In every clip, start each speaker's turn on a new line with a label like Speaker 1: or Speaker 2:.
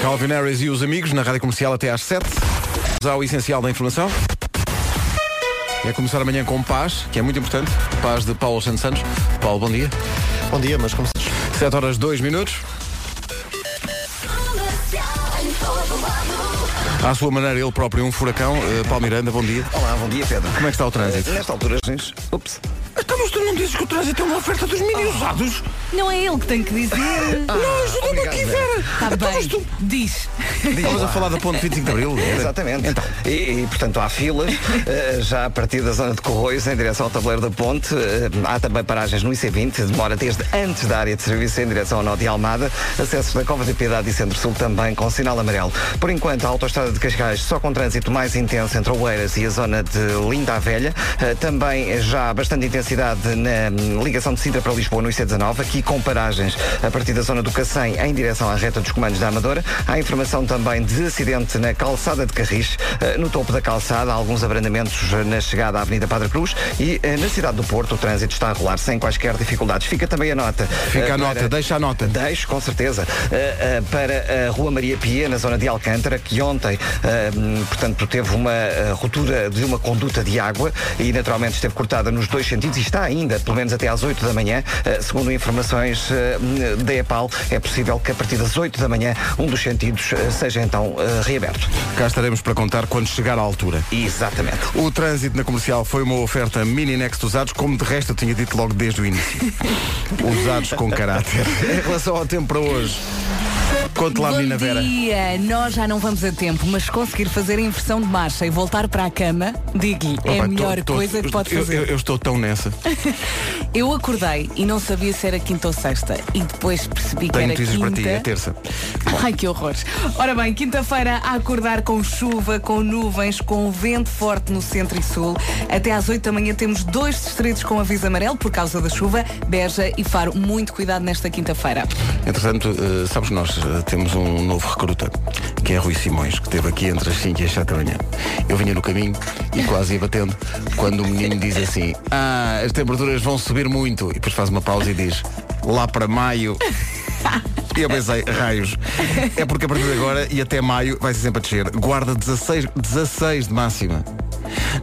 Speaker 1: Calvin Harris e os amigos na Rádio Comercial até às 7. Já o essencial da informação. É começar amanhã com paz, que é muito importante. Paz de Paulo Santos Santos. Paulo, bom dia.
Speaker 2: Bom dia, mas como se
Speaker 1: 7 horas 2 minutos. À sua maneira, ele próprio um furacão. Eh, Paulo Miranda, bom dia.
Speaker 3: Olá, bom dia, Pedro.
Speaker 1: Como é que está o trânsito?
Speaker 3: Nesta altura, gente. Ups.
Speaker 1: Então, mas tu não dizes que o trânsito é uma oferta dos mini usados?
Speaker 4: Não é ele que tem que dizer.
Speaker 1: não, ajuda-me
Speaker 3: obrigado,
Speaker 1: aqui,
Speaker 3: Vera.
Speaker 1: Vera.
Speaker 4: Está Tá bem. Diz.
Speaker 1: Estamos a falar da ponte 25 de Abril.
Speaker 3: Exatamente. E, e, portanto, há filas eh, já a partir da zona de Corroios em direção ao tabuleiro da ponte. Eh, há também paragens no IC20, demora desde antes da área de serviço em direção ao Nó de Almada. Acessos da Cova da Piedade e Centro-Sul também com sinal amarelo. Por enquanto, a autoestrada de Cascais só com trânsito mais intenso entre Oeiras e a zona de Linda a Velha. Eh, também eh, já há bastante intensidade na hum, ligação de Sintra para Lisboa no IC19, aqui com paragens a partir da zona do Cacém em direção à reta dos comandos da Amadora. Há informação também de acidente na calçada de Carris, eh, no topo da calçada, há alguns abrandamentos eh, na chegada à Avenida Padre Cruz e eh, na cidade do Porto o trânsito está a rolar sem quaisquer dificuldades. Fica também a nota. eh,
Speaker 1: Fica a
Speaker 3: para-
Speaker 1: nota, deixa a nota.
Speaker 3: Deixo, com certeza, eh, eh, para a Rua Maria Pia, na zona de Alcântara, que ontem, eh, portanto, teve uma eh, ruptura de uma conduta de água e, naturalmente, esteve cortada nos dois sentidos e está ainda, pelo menos até às 8 da manhã. Eh, Segundo informações eh, da EPAL, é possível que a partir das 8 da manhã um dos sentidos eh, seja então eh, reaberto.
Speaker 1: Cá estaremos para contar quando chegar à altura.
Speaker 3: Exatamente.
Speaker 1: O trânsito na comercial foi uma oferta mini next usados, como de resto eu tinha dito logo desde o início. usados com caráter. Em relação ao tempo para hoje, conte lá,
Speaker 4: Bom
Speaker 1: menina Vera.
Speaker 4: dia. Nós já não vamos a tempo, mas conseguir fazer a inversão de marcha e voltar para a cama, digo-lhe, é
Speaker 1: Opa,
Speaker 4: a melhor
Speaker 1: tô- tô-
Speaker 4: coisa que pode
Speaker 1: eu-
Speaker 4: fazer.
Speaker 1: Eu, eu estou tão nessa.
Speaker 4: Eu acordei e não sabia se era quinta ou sexta. E depois percebi que
Speaker 1: Tenho
Speaker 4: era
Speaker 1: notícias
Speaker 4: quinta.
Speaker 1: para ti, é terça.
Speaker 4: Ai, que horrores. Ora bem, quinta-feira a acordar com chuva, com nuvens, com vento forte no centro e sul. Até às 8 da manhã temos dois distritos com aviso amarelo por causa da chuva. Beja e Faro, muito cuidado nesta quinta-feira.
Speaker 1: Entretanto, eh, sabes, nós eh, temos um novo recruta, que é Rui Simões, que esteve aqui entre as 5 e as 7 da manhã. Eu vinha no caminho e quase ia batendo, quando o menino diz assim, ah, as temperaturas vão subir muito. E depois faz uma pausa e diz, lá para maio. E eu pensei, raios. É porque a partir de agora e até maio vai ser sempre a descer. Guarda 16, 16 de máxima.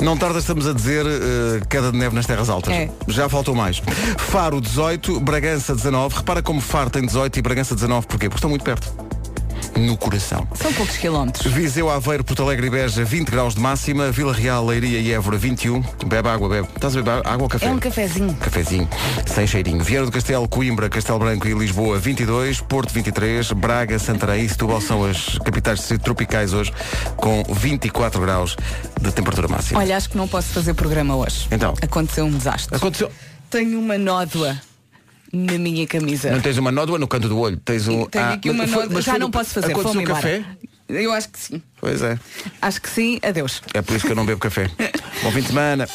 Speaker 1: Não tarda, estamos a dizer, eh, queda de neve nas terras altas.
Speaker 4: É.
Speaker 1: Já faltou mais. Faro 18, Bragança 19. Repara como Faro tem 18 e Bragança 19. Porquê? Porque estão muito perto. No coração.
Speaker 4: São poucos quilómetros.
Speaker 1: Viseu, Aveiro, Porto Alegre e Beja, 20 graus de máxima. Vila Real, Leiria e Évora, 21. Bebe água, bebe. Estás a beber água ou café?
Speaker 4: É um cafezinho.
Speaker 1: Cafezinho, sem cheirinho. Vieira do Castelo, Coimbra, Castelo Branco e Lisboa 22, Porto 23, Braga, Santarém e Setúbal são as capitais de distrito tropicais hoje, com 24 graus de temperatura máxima.
Speaker 4: Olha, acho que não posso fazer programa hoje.
Speaker 1: Então?
Speaker 4: Aconteceu um desastre.
Speaker 1: Aconteceu.
Speaker 4: Tenho uma nódoa na minha camisa.
Speaker 1: Não tens uma nódoa no canto do olho, tens um.
Speaker 4: Tenho
Speaker 1: Ah,
Speaker 4: aqui uma
Speaker 1: mas foi-
Speaker 4: nódoa.
Speaker 1: mas
Speaker 4: Já
Speaker 1: foi
Speaker 4: não
Speaker 1: no-
Speaker 4: posso fazer.
Speaker 1: Aconteceu
Speaker 4: Vou-me
Speaker 1: o café?
Speaker 4: embora. Eu acho que sim.
Speaker 1: Pois é.
Speaker 4: Acho que sim. Adeus.
Speaker 1: É por isso que eu não bebo café. bom fim de semana.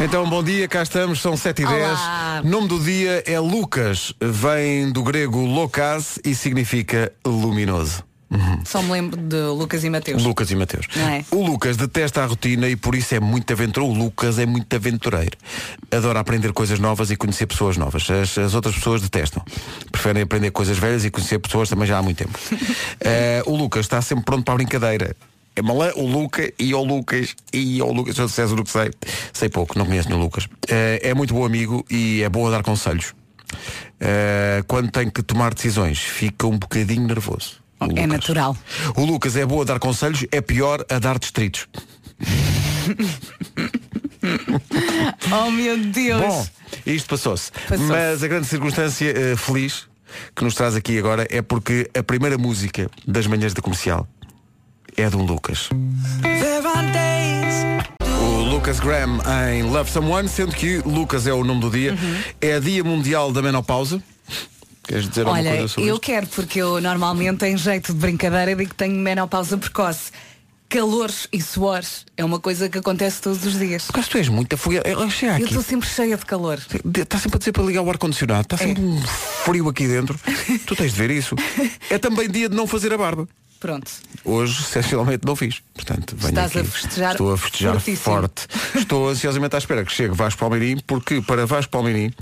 Speaker 1: Então, bom dia, cá estamos, são 7 e 10
Speaker 4: Olá.
Speaker 1: Nome do dia é Lucas, vem do grego lokas e significa luminoso.
Speaker 4: Só me lembro de Lucas e Mateus.
Speaker 1: Lucas e Mateus.
Speaker 4: Não é?
Speaker 1: O Lucas detesta a rotina e por isso é muito aventureiro. O Lucas é muito aventureiro. Adora aprender coisas novas e conhecer pessoas novas. As, as outras pessoas detestam. Preferem aprender coisas velhas e conhecer pessoas também já há muito tempo. Eh, o Lucas está sempre pronto para a brincadeira. É malé, o Luca e o Lucas e o Lucas. Se eu dissesse o que sei, sei pouco, não conheço o Lucas. Eh, é muito bom amigo e é bom a dar conselhos. Eh, quando tem que tomar decisões, fica um bocadinho nervoso. O
Speaker 4: É
Speaker 1: Lucas.
Speaker 4: natural.
Speaker 1: O Lucas é boa a dar conselhos, é pior a dar distritos.
Speaker 4: Oh meu Deus.
Speaker 1: Bom, isto passou-se.
Speaker 4: Passou-se.
Speaker 1: Mas a grande circunstância eh, feliz que nos traz aqui agora é porque a primeira música das manhãs da comercial é de um Lucas. O Lucas Graham em Love Someone, sendo que Lucas é o nome do dia.
Speaker 4: Uhum.
Speaker 1: É Dia Mundial da Menopausa. Queres dizer alguma
Speaker 4: Olha,
Speaker 1: coisa sobre
Speaker 4: eu
Speaker 1: isto?
Speaker 4: quero, porque eu normalmente tenho jeito de brincadeira digo que tenho menopausa precoce. Calores e suores é uma coisa que acontece todos os dias.
Speaker 1: Por acaso tu és muito afogado. Eu chego
Speaker 4: Eu
Speaker 1: é aqui.
Speaker 4: estou sempre cheia de calor.
Speaker 1: Está sempre a dizer para ligar o ar-condicionado. Tá É Está sempre um frio aqui dentro. tu tens de ver isso. É também dia de não fazer a barba.
Speaker 4: Pronto.
Speaker 1: Hoje, excepcionalmente, não fiz. Portanto, venho
Speaker 4: Estás
Speaker 1: aqui.
Speaker 4: a festejar
Speaker 1: Estou a festejar
Speaker 4: fortíssimo.
Speaker 1: forte. Estou ansiosamente à espera que chegue Vasco Palmeirim, porque para Vasco Palmeirim,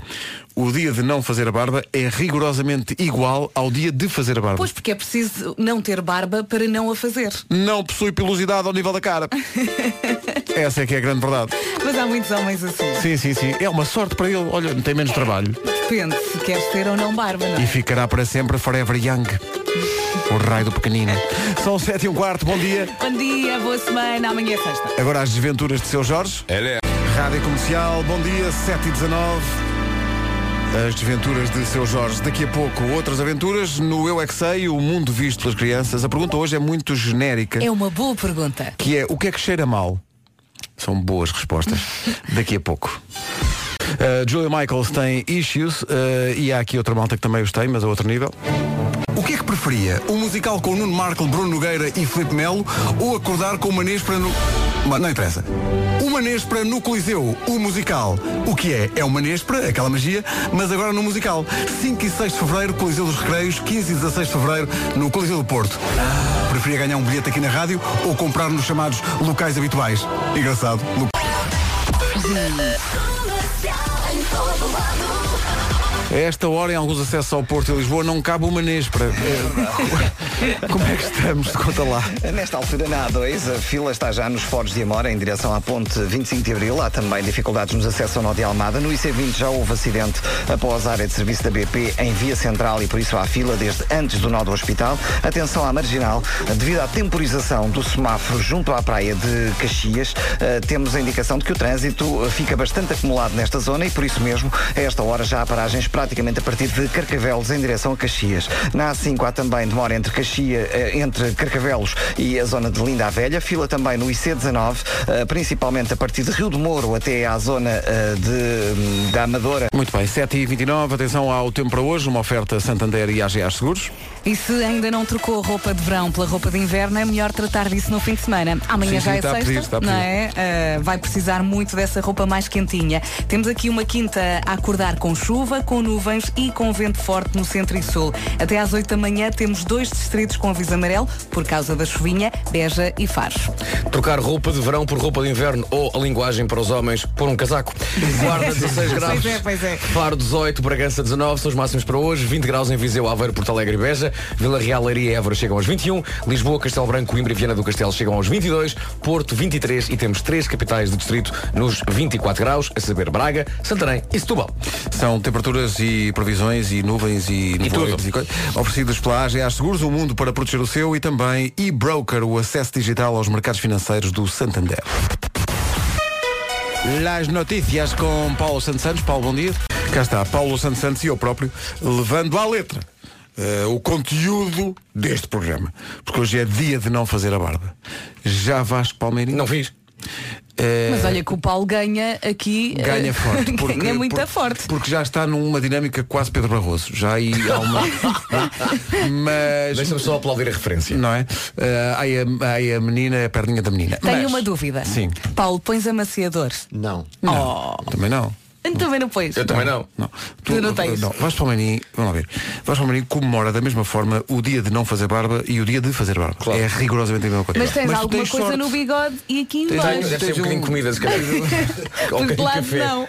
Speaker 1: o dia de não fazer a barba é rigorosamente igual ao dia de fazer a barba.
Speaker 4: Pois porque é preciso não ter barba para não a fazer.
Speaker 1: Não possui pilosidade ao nível da cara. Essa é que é a grande verdade.
Speaker 4: Mas há muitos homens assim.
Speaker 1: Sim, sim, sim. É uma sorte para ele. Olha, tem menos trabalho.
Speaker 4: Depende se queres ter ou não barba, não
Speaker 1: E
Speaker 4: é?
Speaker 1: ficará para sempre Forever Young. O raio do pequenino. São sete e um quarto, bom dia.
Speaker 4: Bom dia, boa semana, amanhã é sexta.
Speaker 1: Agora as desventuras de seu Jorge. Rádio Comercial, bom dia, 7 e 19 As desventuras de seu Jorge. Daqui a pouco, outras aventuras no Eu É Que Sei, o mundo visto pelas crianças. A pergunta hoje é muito genérica,
Speaker 4: É uma boa pergunta.
Speaker 1: que é o que é que cheira mal? São boas respostas. Daqui a pouco. Uh, Julia Michaels tem Issues uh, e há aqui outra malta que também os tem, mas a outro nível. O que é que preferia? Um musical com Nuno Marco, Bruno Nogueira e Felipe Melo ou acordar com uma Nespra no... Mas Não interessa. Uma Nespra no Coliseu, o musical. O que é? É uma Nespra, aquela magia, mas agora no musical. 5 e 6 de Fevereiro, Coliseu dos Recreios, 15 e 16 de Fevereiro, no Coliseu do Porto. Preferia ganhar um bilhete aqui na rádio ou comprar nos chamados locais habituais. Engraçado. lo- A esta hora, em alguns acessos ao Porto e Lisboa, não cabe uma Nespra. É, Como é que estamos? Conta lá.
Speaker 3: Nesta altura na A2, a fila está já nos Foros de Amora, em direção à ponte 25 de Abril. Há também dificuldades nos acessos ao Nó de Almada. No IC20 já houve acidente após a área de serviço da BP em via central e por isso há fila desde antes do Nó do Hospital. Atenção à marginal, devido à temporização do semáforo junto à praia de Caxias, eh, temos a indicação de que o trânsito eh, fica bastante acumulado nesta zona e por isso mesmo, a esta hora já há paragens praticamente a partir de Carcavelos em direção a Caxias. Na A5 há também demora entre Caxias, eh, entre Carcavelos e a zona de Linda a Velha, fila também no IC19, eh, principalmente a partir de Rio de Moro até à zona eh, de, hum, da Amadora.
Speaker 1: Muito bem, 7h29, atenção ao tempo para hoje, uma oferta Santander e AGA Seguros.
Speaker 4: E se ainda não trocou a roupa de verão pela roupa de inverno, é melhor tratar disso no fim de semana. Amanhã
Speaker 1: Sim,
Speaker 4: já
Speaker 1: sim,
Speaker 4: é
Speaker 1: está a
Speaker 4: sexta,
Speaker 1: pedir, está a
Speaker 4: não
Speaker 1: pedir.
Speaker 4: é? Ah, vai precisar muito dessa roupa mais quentinha. Temos aqui uma quinta a acordar com chuva, com nuvens e com vento forte no centro e sul. Até às 8 da manhã temos dois distritos com aviso amarelo por causa da chuvinha, Beja e Faro.
Speaker 2: Trocar roupa de verão por roupa de inverno ou a linguagem para os homens por um casaco. Guarda 16 graus.
Speaker 4: Pois é, pois é.
Speaker 2: Faro 18, Bragança 19, são os máximos para hoje. 20 graus em Viseu, Aveiro, Porto Alegre e Beja. Vila Real, Leiria e Évora chegam aos 21. Lisboa, Castelo Branco, Coimbra e Viana do Castelo chegam aos 22. Porto 23 e temos três capitais do distrito nos 24 graus, a saber Braga, Santarém e Setúbal.
Speaker 1: São temperaturas e previsões e nuvens e nevoeiros
Speaker 2: tudo.
Speaker 1: e coisas. Oferecidos pela AGA Seguros, o mundo para proteger o seu e também e-broker, o acesso digital aos mercados financeiros do Santander. Las notícias com Paulo Santos Santos. Paulo, bom dia. Cá está, Paulo Santos Santos e eu próprio, levando à letra eh, o conteúdo deste programa. Porque hoje é dia de não fazer a barba. Já Vasco Palmeirinho? Eh,
Speaker 2: Não fiz.
Speaker 4: Mas olha que o Paulo ganha aqui. ah,
Speaker 1: Ganha forte.
Speaker 4: ganha muito
Speaker 1: por-
Speaker 4: forte.
Speaker 1: Porque já está numa dinâmica quase Pedro Barroso. Já aí há uma. Mas.
Speaker 2: Deixa-me só aplaudir a referência.
Speaker 1: Não é? Eh, aí, a, aí a menina, é a perninha da menina.
Speaker 4: Tenho
Speaker 1: Mas-
Speaker 4: uma dúvida.
Speaker 1: Sim.
Speaker 4: Paulo, pões amaciador? Oh, então
Speaker 2: Não.
Speaker 1: Não, Também não.
Speaker 4: Também não pões.
Speaker 2: Eu também não.
Speaker 1: Não.
Speaker 4: Tu não tens.
Speaker 1: Vasco Palmeirim, vamos lá ver. Vasco Palmeirim comemora da mesma forma o dia de não fazer barba e o dia de fazer barba.
Speaker 2: Claro.
Speaker 1: É rigorosamente a mesma coisa.
Speaker 4: Mas tens
Speaker 1: tu
Speaker 4: alguma coisa
Speaker 1: sorte.
Speaker 4: no bigode e aqui
Speaker 1: Tens-
Speaker 4: embaixo.
Speaker 2: Deve ser um
Speaker 1: Tens um-
Speaker 2: bocadinho de comida, se calhar. Ou um
Speaker 4: Por
Speaker 2: bocadinho de
Speaker 4: lado
Speaker 2: café.
Speaker 4: não.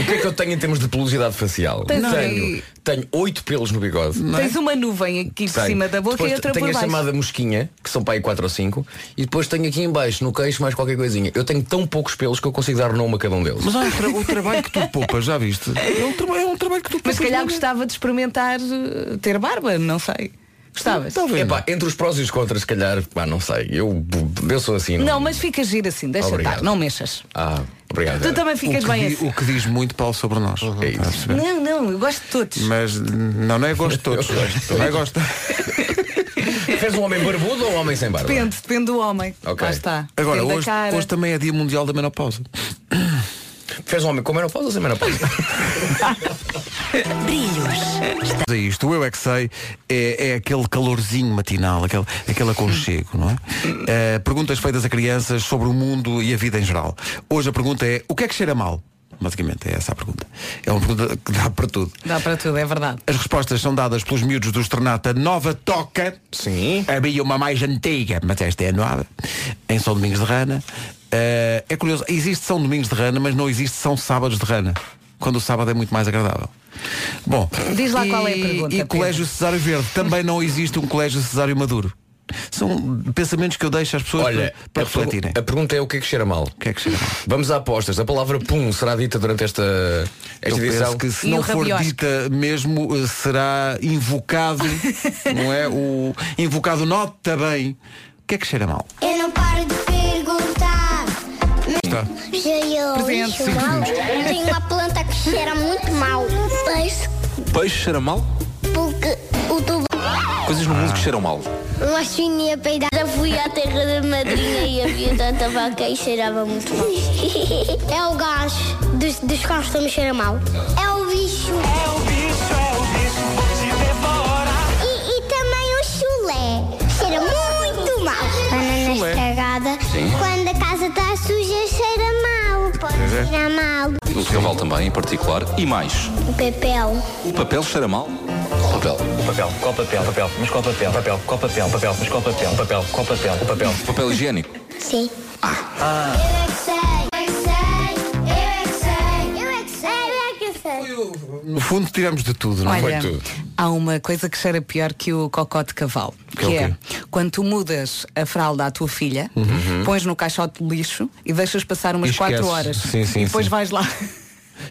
Speaker 2: O que é que eu tenho em termos de pelosidade facial?
Speaker 4: Tens aí-
Speaker 2: tenho, tenho oito pelos no bigode.
Speaker 1: é?
Speaker 4: Tens uma nuvem aqui por
Speaker 2: Tenho.
Speaker 4: cima da boca
Speaker 2: Depois
Speaker 4: e outra
Speaker 2: tenho
Speaker 4: por
Speaker 2: a
Speaker 4: baixo.
Speaker 2: chamada mosquinha, que são para aí 4 ou 5, e depois tenho aqui em baixo, no queixo, mais qualquer coisinha. Eu tenho tão poucos pelos que eu consigo dar nome a cada um deles.
Speaker 1: Mas olha o, tra- o trabalho que tu poupas, já viste? É um, traba- é um trabalho que tu poupas.
Speaker 4: Mas se calhar
Speaker 1: não é?
Speaker 4: gostava de experimentar eh, ter barba, não sei. Gostavas?
Speaker 1: Talvez.
Speaker 2: Epá, entre os prós e os contras, se calhar, pá, não sei. Eu, eu sou assim.
Speaker 4: Não, mas fica giro assim, deixa
Speaker 2: Obrigado.
Speaker 4: estar, não mexas.
Speaker 2: Ah, obrigado.
Speaker 4: Tu
Speaker 2: Vera.
Speaker 4: também
Speaker 1: Eh, o
Speaker 4: ficas
Speaker 1: que
Speaker 4: bem
Speaker 1: di-
Speaker 4: assim.
Speaker 1: O que diz muito Paulo sobre nós.
Speaker 2: É
Speaker 1: Está a
Speaker 2: isso.
Speaker 1: perceber?
Speaker 4: Não, não, eu gosto de todos.
Speaker 1: Mas não, não é gosto de todos.
Speaker 2: Eu gosto de todos.
Speaker 1: Não é gosto.
Speaker 2: Fez um homem barbudo ou um homem sem barba?
Speaker 4: Depende, depende do homem.
Speaker 2: Ok.
Speaker 4: Lá está.
Speaker 1: Agora,
Speaker 4: depende
Speaker 1: hoje,
Speaker 4: da cara.
Speaker 1: hoje também é dia mundial da menopausa.
Speaker 2: Fez um homem com menopausa ou sem menopausa?
Speaker 1: É isto, o eu é que sei, é, é aquele calorzinho matinal, aquele, aquele aconchego, não é? Eh, perguntas feitas a crianças sobre o mundo e a vida em geral. Hoje a pergunta é: o que é que cheira mal? Basicamente, é essa a pergunta. É uma pergunta que dá para tudo.
Speaker 4: Dá para tudo, é verdade.
Speaker 1: As respostas são dadas pelos miúdos do Estrenata Nova Toca.
Speaker 2: Sim.
Speaker 1: Havia uma mais antiga, mas esta é nova. Em São Domingos de Rana. Eh, é curioso, existe São Domingos de Rana, mas não existe São Sábados de Rana. Quando o sábado é muito mais agradável. Bom,
Speaker 4: Diz lá
Speaker 1: e,
Speaker 4: qual é a pergunta,
Speaker 1: E
Speaker 4: Pedro.
Speaker 1: Colégio Cesário Verde. Também não existe um Colégio Cesário Maduro. São pensamentos que eu deixo às pessoas
Speaker 2: Olha,
Speaker 1: para, para
Speaker 2: a, pergu-
Speaker 4: né?
Speaker 1: refletirem.
Speaker 2: a pergunta é o que é que cheira mal?
Speaker 1: O que é que chega?
Speaker 2: Vamos a apostas. A palavra pum será dita durante esta,
Speaker 1: Eu
Speaker 2: esta edição.
Speaker 1: penso que se
Speaker 4: E
Speaker 1: não
Speaker 4: o
Speaker 1: for
Speaker 4: rabiosque?
Speaker 1: dita mesmo eh, será invocado, não é? O invocado nota bem. O que é que cheira mal?
Speaker 5: Eu não paro de perguntar.
Speaker 1: Está.
Speaker 5: Sei eu,
Speaker 4: Presente.
Speaker 5: isso
Speaker 4: Cinco
Speaker 5: mal. Tem uma planta que cheira muito mal. Peixe,
Speaker 6: Peixe cheira mal?
Speaker 5: porque o tubo.
Speaker 6: Coisas no mundo que cheiram mal.
Speaker 5: Uma chininha peidada. Fui à terra da madrinha e havia tanta vaca e cheirava muito mal. É o gás dos, dos carros também cheira mal. É o bicho.
Speaker 7: É o bicho, é o bicho, vou te devorar.
Speaker 5: E, também o chulé. Cheira muito mal. Banana estragada. Quando a casa está suja, cheira mal. Pode cheirar mal.
Speaker 6: É O cavalo também, em particular. E mais,
Speaker 5: O pepel.
Speaker 6: o papel cheira mal? Papel.
Speaker 8: Papel, qual papel, papel, mas qual papel, papel, qual papel, papel, mas qual papel, papel, qual papel, o papel.
Speaker 6: Papel higiênico.
Speaker 5: Sim. Ah. Eu é que sei, eu é que sei, eu é que sei, eu é que sei, eu é que sei.
Speaker 1: No fundo tiramos de tudo, não é?
Speaker 4: Olha,
Speaker 2: foi tudo.
Speaker 4: há uma coisa que cheira pior que o cocó de cavalo.
Speaker 1: Que
Speaker 4: Que,
Speaker 1: é o
Speaker 4: é,
Speaker 1: quê? Uhum.
Speaker 4: quando tu mudas a fralda à tua filha, Uhum. pões no caixote de lixo e deixas passar
Speaker 1: E
Speaker 4: umas
Speaker 1: esqueces.
Speaker 4: 4 horas.
Speaker 1: Sim, sim,
Speaker 4: e depois
Speaker 1: sim.
Speaker 4: vais lá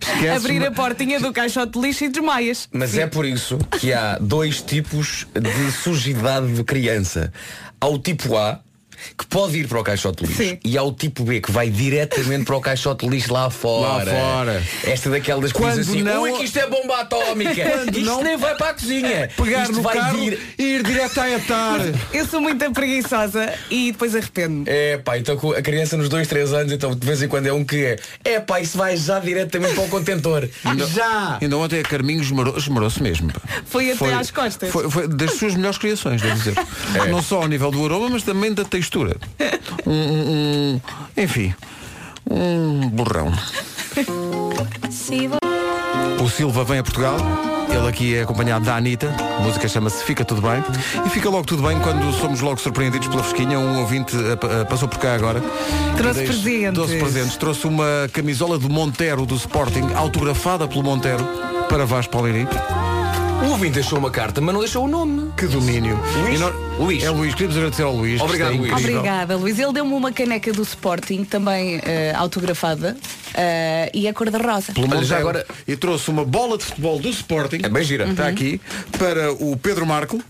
Speaker 1: Esquece
Speaker 4: abrir a
Speaker 1: uma-
Speaker 4: portinha do caixote de lixo e desmaias.
Speaker 2: Mas é por isso que há dois tipos de sujidade de criança. Há o tipo A, que pode ir para o caixote de lixo.
Speaker 4: Sim.
Speaker 2: E há o tipo B, que vai diretamente para o caixote de lixo lá fora.
Speaker 1: Lá fora.
Speaker 2: Esta é daquelas
Speaker 1: Quando
Speaker 2: coisas assim,
Speaker 1: não-
Speaker 2: ui que isto é bomba atómica.
Speaker 1: Quando
Speaker 2: isto
Speaker 1: não-
Speaker 2: nem vai para a cozinha.
Speaker 1: Pegar
Speaker 2: isto
Speaker 1: no
Speaker 2: vai
Speaker 1: carro
Speaker 2: dire-
Speaker 1: e ir direto à etar.
Speaker 4: Eu sou muito preguiçosa e depois arrependo-me.
Speaker 2: É pá, então com a criança nos dois três anos, então de vez em quando é um que é. É pá, isso vai já diretamente para o contentor. já!
Speaker 1: Ainda ontem a Carminho esmorou- esmorou-se mesmo. pá.
Speaker 4: Foi até às costas.
Speaker 1: Foi, foi das suas melhores criações, devo dizer. Não só ao nível do aroma, mas também da textura. Um, um- um- enfim, um borrão. O Silva vem a Portugal. Ele aqui é acompanhado da Anitta. A música chama-se Fica Tudo Bem. E fica logo tudo bem quando somos logo surpreendidos pela fresquinha. Um ouvinte eh, pa- eh, passou por cá agora.
Speaker 4: Trouxe
Speaker 1: E deixa-
Speaker 4: presentes.
Speaker 1: Trouxe presentes. Trouxe uma camisola do Montero, do Sporting, autografada pelo Montero, para Vasco Palmeirim.
Speaker 2: O ouvinte deixou uma carta, mas não deixou o nome.
Speaker 1: Que domínio.
Speaker 2: Luís?
Speaker 1: E
Speaker 2: Luís.
Speaker 1: É Luís, queremos agradecer ao Luís. que
Speaker 2: Obrigado,
Speaker 1: está
Speaker 2: Luís.
Speaker 1: incrível.
Speaker 4: Obrigada, Luís. Ele deu-me uma caneca do Sporting, também eh, autografada, eh, e a cor de rosa.
Speaker 1: Pelo
Speaker 2: Olha,
Speaker 1: Montero.
Speaker 2: já agora-
Speaker 1: E trouxe uma bola de futebol do Sporting.
Speaker 2: É bem gira.
Speaker 1: Está aqui. Para o Pedro Marco,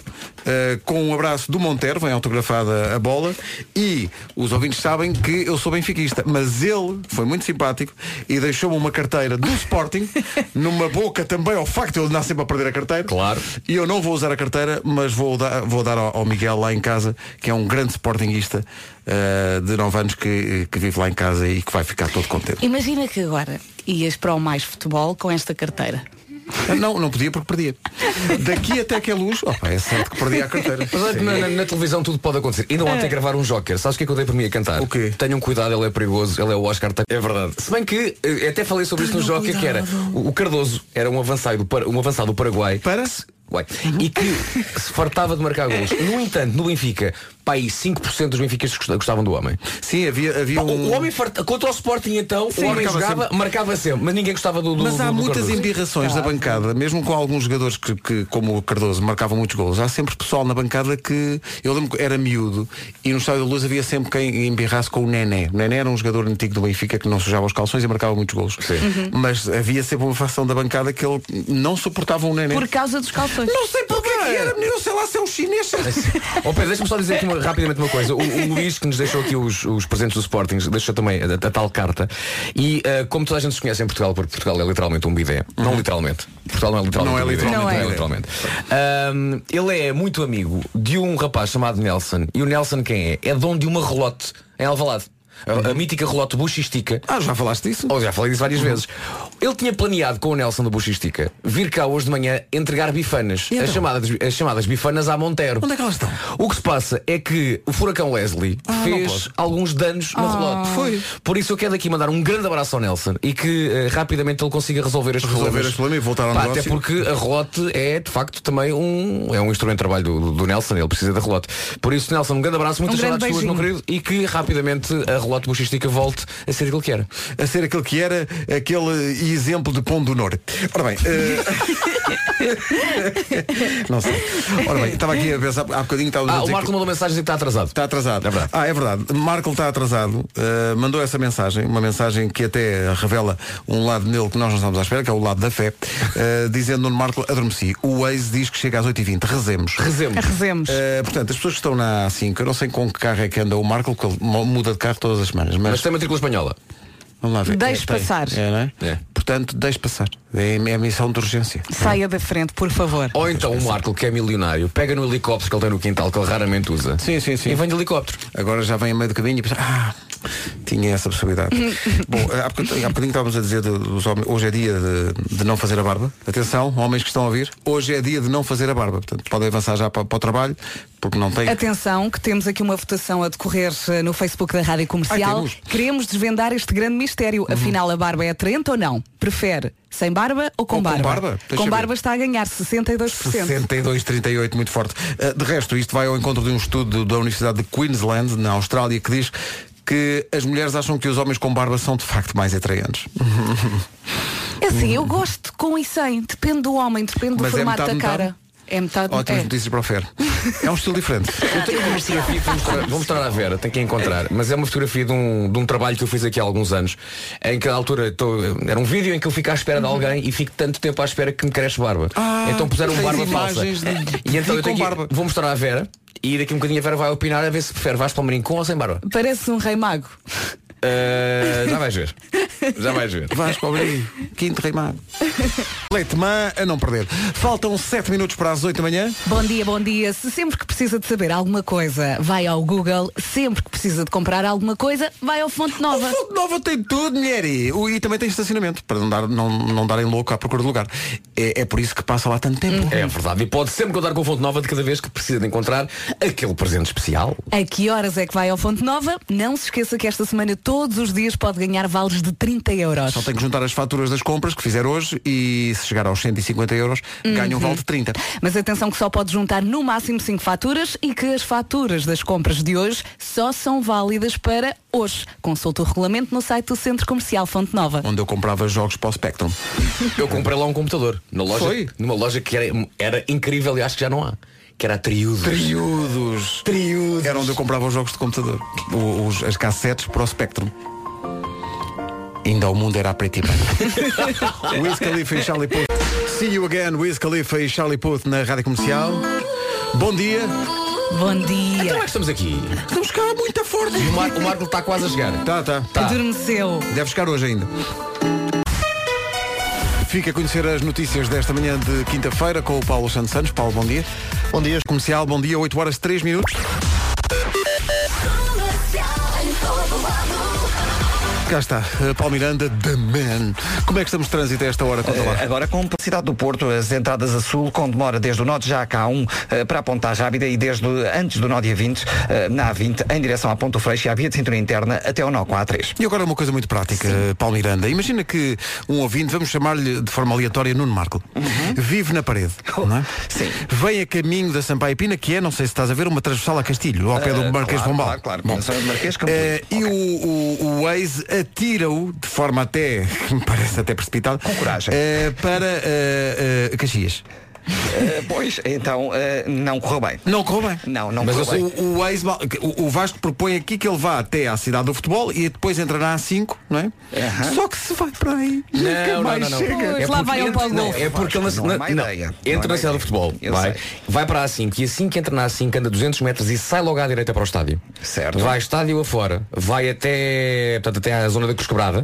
Speaker 1: eh, com um abraço do Montero, vem autografada a bola. E os ouvintes sabem que eu sou benfiquista, mas ele foi muito simpático e deixou-me uma carteira do Sporting, numa boca também ao facto de ele andar sempre a perder a carteira.
Speaker 2: Claro.
Speaker 1: E eu não vou usar a carteira, mas vou dar, vou dar ao, ao Miguel lá em casa, que é um grande Sportingista eh, de 9 anos que, que vive lá em casa e que vai ficar todo contente.
Speaker 4: Imagina que agora ias para o mais futebol com esta carteira.
Speaker 1: Não, não podia porque perdia. Daqui até que é luz. Opa, é certo que perdia a carteira.
Speaker 2: Mas olha que na, na- na televisão tudo pode acontecer. Ainda ontem gravar um Joker. Sabes o que é que eu dei para mim a cantar?
Speaker 1: O quê?
Speaker 2: Tenham cuidado, ele é perigoso, ele é o Oscar. É verdade. Se bem que eh, até falei sobre isso no
Speaker 4: Tenham
Speaker 2: Joker, que era
Speaker 4: cuidado.
Speaker 2: o o Cardoso era um avançado, do Par- um avançado do Paraguai.
Speaker 1: Para?
Speaker 2: Ué, e que se fartava de marcar gols. No entanto, no Benfica, pá, aí 5% dos benfiquistas gosta- gostavam do homem.
Speaker 1: Sim, havia, havia
Speaker 2: O-
Speaker 1: um.
Speaker 2: O homem farta, contra o Sporting então, o homem
Speaker 1: marcava
Speaker 2: jogava,
Speaker 1: sempre.
Speaker 2: marcava sempre, mas ninguém gostava do, do
Speaker 1: Mas
Speaker 2: do-
Speaker 1: há
Speaker 2: do
Speaker 1: muitas
Speaker 2: Cardoso. Tá.
Speaker 1: embirrações da bancada, mesmo com alguns jogadores que, que, como o Cardoso, marcavam muitos golos. Há sempre pessoal na bancada que. Eu lembro que era miúdo e no Estádio da Luz havia sempre quem embirrasse com o Nené. O Nené era um jogador antigo do Benfica que não sujava os calções e marcava muitos golos. Uhum. Mas havia sempre uma facção da bancada que ele não suportava o Nené.
Speaker 4: Por causa dos calções.
Speaker 1: Não sei porque é que era, menino, sei lá se é um chinês. sei lá.
Speaker 2: Oh Pedro, deixa-me só dizer aqui uma- rapidamente uma coisa. O, o Luís, que nos deixou aqui os, os presentes do Sporting, deixou também a, a tal carta. E ah, como toda a gente se conhece em Portugal, porque Portugal é literalmente um bidé. Não literalmente. Portugal não é literalmente.
Speaker 1: Não é
Speaker 2: um bidé.
Speaker 1: literalmente
Speaker 4: Uhum. Não é.
Speaker 2: literalmente. Ahm, ele é muito amigo de um rapaz chamado Nelson. E o Nelson quem é? É dono de uma
Speaker 4: Uhum.
Speaker 2: relote em Alvalade. A, a mítica relote buchística.
Speaker 1: Ah, já falaste disso?
Speaker 2: Oh, já falei disso várias vezes. Ele tinha planeado com o Nelson do Buxistica vir cá hoje de manhã entregar bifanas.
Speaker 1: E então?
Speaker 2: As, chamadas, as chamadas bifanas à Montero.
Speaker 1: Onde é que elas estão? Ah,
Speaker 2: O que se passa é que o furacão Leslie
Speaker 1: não
Speaker 2: fez
Speaker 1: pode. Ah,
Speaker 2: alguns danos no relógio.
Speaker 1: Foi.
Speaker 2: Por isso eu quero daqui mandar um grande abraço ao Nelson e que eh, rapidamente ele consiga resolver este
Speaker 1: Resolver
Speaker 2: problemas.
Speaker 1: este problema e voltar ao
Speaker 2: Pá,
Speaker 1: negócio.
Speaker 2: Até porque a relote é de facto também um é um instrumento de trabalho do, do Nelson, ele precisa da relote. Por isso Nelson, um grande abraço, muitas
Speaker 4: grande
Speaker 2: saudades tuas, meu querido, e que rapidamente a relote buchística volte a ser aquilo que era.
Speaker 1: a ser aquele que era aquele exemplo de pão do norte. Ora bem, eh, não sei. Ora bem, estava aqui a pensar há bocadinho estava a
Speaker 2: Ah, o
Speaker 1: dizer
Speaker 2: Marco
Speaker 1: que...
Speaker 2: mandou mensagem a dizer que está atrasado.
Speaker 1: Está atrasado.
Speaker 2: É verdade.
Speaker 1: Ah, é verdade. Marco está atrasado. eh, mandou essa mensagem, uma mensagem que até revela um lado nele que nós não estamos à espera, que é o lado da fé, eh, dizendo Nuno Marco, adormeci. O Waze diz que chega às 8h20. Rezemos.
Speaker 2: Rezemos.
Speaker 4: Rezemos.
Speaker 1: Eh, portanto, as pessoas que estão na A5, eu não sei com que carro é que anda o Marco, que ele mo- muda de carro todas as semanas, mas
Speaker 2: Mas tem matrícula espanhola.
Speaker 1: Vamos lá ver.
Speaker 4: Deixe
Speaker 1: tem.
Speaker 4: passar.
Speaker 1: É, não é?
Speaker 2: É.
Speaker 1: Portanto, deixe passar. É a missão de urgência.
Speaker 4: Saia da frente, por favor.
Speaker 2: Ou então o Marco, que é milionário, pega no helicóptero que ele tem no quintal, que ele raramente usa.
Speaker 1: Sim, sim, sim.
Speaker 2: E vem de helicóptero.
Speaker 1: Agora já vem a meio do caminho e pensa, ah, tinha essa possibilidade. Bom, há bocadinho, há bocadinho estávamos a dizer de- dos homens, hoje é dia de, de não fazer a barba. Atenção, homens que estão a ouvir, hoje é dia de não fazer a barba. Portanto, podem avançar já para, para o trabalho, porque não tem.
Speaker 4: Atenção, que temos aqui uma votação a decorrer eh, no Facebook da Rádio
Speaker 1: Ah,
Speaker 4: Comercial.
Speaker 1: temos. Uhum.
Speaker 4: Queremos desvendar este grande mistério. Afinal, a barba é aderente ou não? Prefere sem barba ou com
Speaker 1: Ou com
Speaker 4: barba?
Speaker 1: barba? Deixa
Speaker 4: Com
Speaker 1: ver.
Speaker 4: barba está a ganhar 62%.
Speaker 1: 62, 38, muito forte. Uh, De resto, isto vai ao encontro de um estudo da Universidade de Queensland, na Austrália, que diz que as mulheres acham que os homens com barba são de facto mais atraentes.
Speaker 4: É assim, eu gosto com e sem. Depende do homem, depende do
Speaker 1: Uhum. Mas é
Speaker 4: formato
Speaker 1: metade,
Speaker 4: da
Speaker 1: metade?
Speaker 4: cara. É metade
Speaker 1: Ótimas
Speaker 4: é.
Speaker 1: notícias para o Fer. É um estilo diferente.
Speaker 2: Vou mostrar, vou mostrar à Vera, tenho que a encontrar. Mas é uma fotografia de um, de um trabalho que eu fiz aqui há alguns anos, em que na altura tô- era um vídeo em que eu fico à espera de alguém e fico tanto tempo à espera que me cresce barba.
Speaker 1: Ah,
Speaker 2: então puseram
Speaker 1: tens
Speaker 2: barba falsa.
Speaker 1: imagens de-
Speaker 2: E então
Speaker 1: de-
Speaker 2: eu
Speaker 1: com
Speaker 2: tenho que-
Speaker 1: barba.
Speaker 2: vou mostrar à Vera e daqui a um bocadinho a Vera vai opinar a ver se prefere vais para o marinho com ou sem barba.
Speaker 4: Parece um rei mago.
Speaker 2: Ah, já vais ver. Já vais ver.
Speaker 1: Vasco Abreu, quinto reimado. Leitman a não perder. Faltam 7 minutos para as 8 da manhã.
Speaker 4: Bom dia, bom dia. Se sempre que precisa de saber alguma coisa, vai ao Google. Sempre que precisa de comprar alguma coisa, vai ao Fonte
Speaker 1: O
Speaker 4: Nova.
Speaker 1: Fonte Nova tem tudo, mulher. E, o- e também tem estacionamento, para não, dar, não, não darem louco à procura de lugar. É, é por isso que passa lá tanto tempo.
Speaker 2: É verdade. E pode sempre contar com fonte nova de cada vez que precisa de encontrar aquele presente especial.
Speaker 4: A que horas é que vai ao Fonte Nova? Não se esqueça que esta semana todos os dias pode ganhar vales de 30 euros.
Speaker 1: Só tem que juntar as faturas das compras que fizer hoje e se chegar aos 150 euros, ganha um vale de 30.
Speaker 4: Mas atenção que só pode juntar no máximo 5 faturas e que as faturas das compras de hoje só são válidas para hoje. Consulte o regulamento no site do Centro Comercial Fonte Nova.
Speaker 1: Onde eu comprava jogos para o Spectrum.
Speaker 2: Eu comprei lá um computador. Na loja,
Speaker 1: Foi?
Speaker 2: Numa loja que era, era incrível e acho que já não há. Que era a Triudos.
Speaker 1: Triudos. Triudos. Era onde eu comprava os jogos de computador. O- os- as cassetes para o Spectrum. Ainda o mundo era a preto e branco. Wiz Khalifa e Charlie Puth. See you again, Wiz Khalifa e Charlie Puth na Rádio Comercial. Bom dia.
Speaker 4: Bom
Speaker 2: Então é
Speaker 4: dia.
Speaker 2: que estamos aqui?
Speaker 1: Estamos cá muito forte.
Speaker 2: O, Mar- o Marco está quase a chegar.
Speaker 1: Tá, tá.
Speaker 2: Tá.
Speaker 4: Adormeceu.
Speaker 1: Deve chegar hoje ainda. Fica a conhecer as notícias desta manhã de quinta-feira com o Paulo Santos Santos. Paulo, bom dia. Bom dia. Comercial, bom dia, 8 horas 3 minutos. Cá está, eh, Paulo Miranda, The Man. Como é que estamos de trânsito a esta hora? Conta lá.
Speaker 3: Eh, Agora com a cidade do Porto, as entradas a sul, com demora desde o Norte já K1 eh, para a Ponta Rábida e desde o- antes do Nó dia 20, eh, na A20, em direção à Ponto Freixo e à Via de Cintura Interna até ao Nó com a A3.
Speaker 1: E agora uma coisa muito prática, Paulo Miranda. Imagina que um ouvinte, vamos chamar-lhe de forma aleatória Nuno Marco, vive na parede, não é?
Speaker 3: Uhum. Oh, Sim.
Speaker 1: Vem a caminho da Sampaio Pina, que é, não sei se estás a ver, uma transversal a Castilho, ao pé do
Speaker 3: Eh,
Speaker 1: Marquês de
Speaker 3: claro,
Speaker 1: Pombal.
Speaker 3: Claro, claro.
Speaker 1: Bom,
Speaker 3: São Marquês Campo
Speaker 1: eh,
Speaker 3: Limpo.
Speaker 1: E o, o, o Waze atira-o, de forma até, que me parece até precipitada,
Speaker 3: Com coragem.
Speaker 1: eh, para eh, eh, Caxias.
Speaker 3: Eh, Pois, então, eh, não correu bem.
Speaker 1: Não correu bem.
Speaker 3: Não, não
Speaker 1: Mas
Speaker 3: correu
Speaker 1: o, o, Waze mal- o- o Vasco propõe aqui que ele vá até à cidade do futebol e depois entrará a 5, não é?
Speaker 3: Aham.
Speaker 1: Só que se vai para aí. nunca
Speaker 2: Não, não,
Speaker 1: mais
Speaker 2: não, É não.
Speaker 1: chega.
Speaker 4: Pois, lá
Speaker 2: porque
Speaker 4: vai ele
Speaker 2: entra-
Speaker 4: para o
Speaker 2: não,
Speaker 4: gol.
Speaker 2: é porque ele
Speaker 3: Não é má ideia.
Speaker 2: não,
Speaker 3: Não é
Speaker 2: entra
Speaker 3: má
Speaker 2: na cidade
Speaker 3: ideia.
Speaker 2: do futebol,
Speaker 3: Eu
Speaker 2: vai,
Speaker 3: sei.
Speaker 2: vai para a 5 e assim que entra na A5 anda 200 metros e sai logo à direita para o estádio.
Speaker 3: Certo.
Speaker 2: Vai estádio afora, vai até, portanto, até à zona da Cruz Quebrada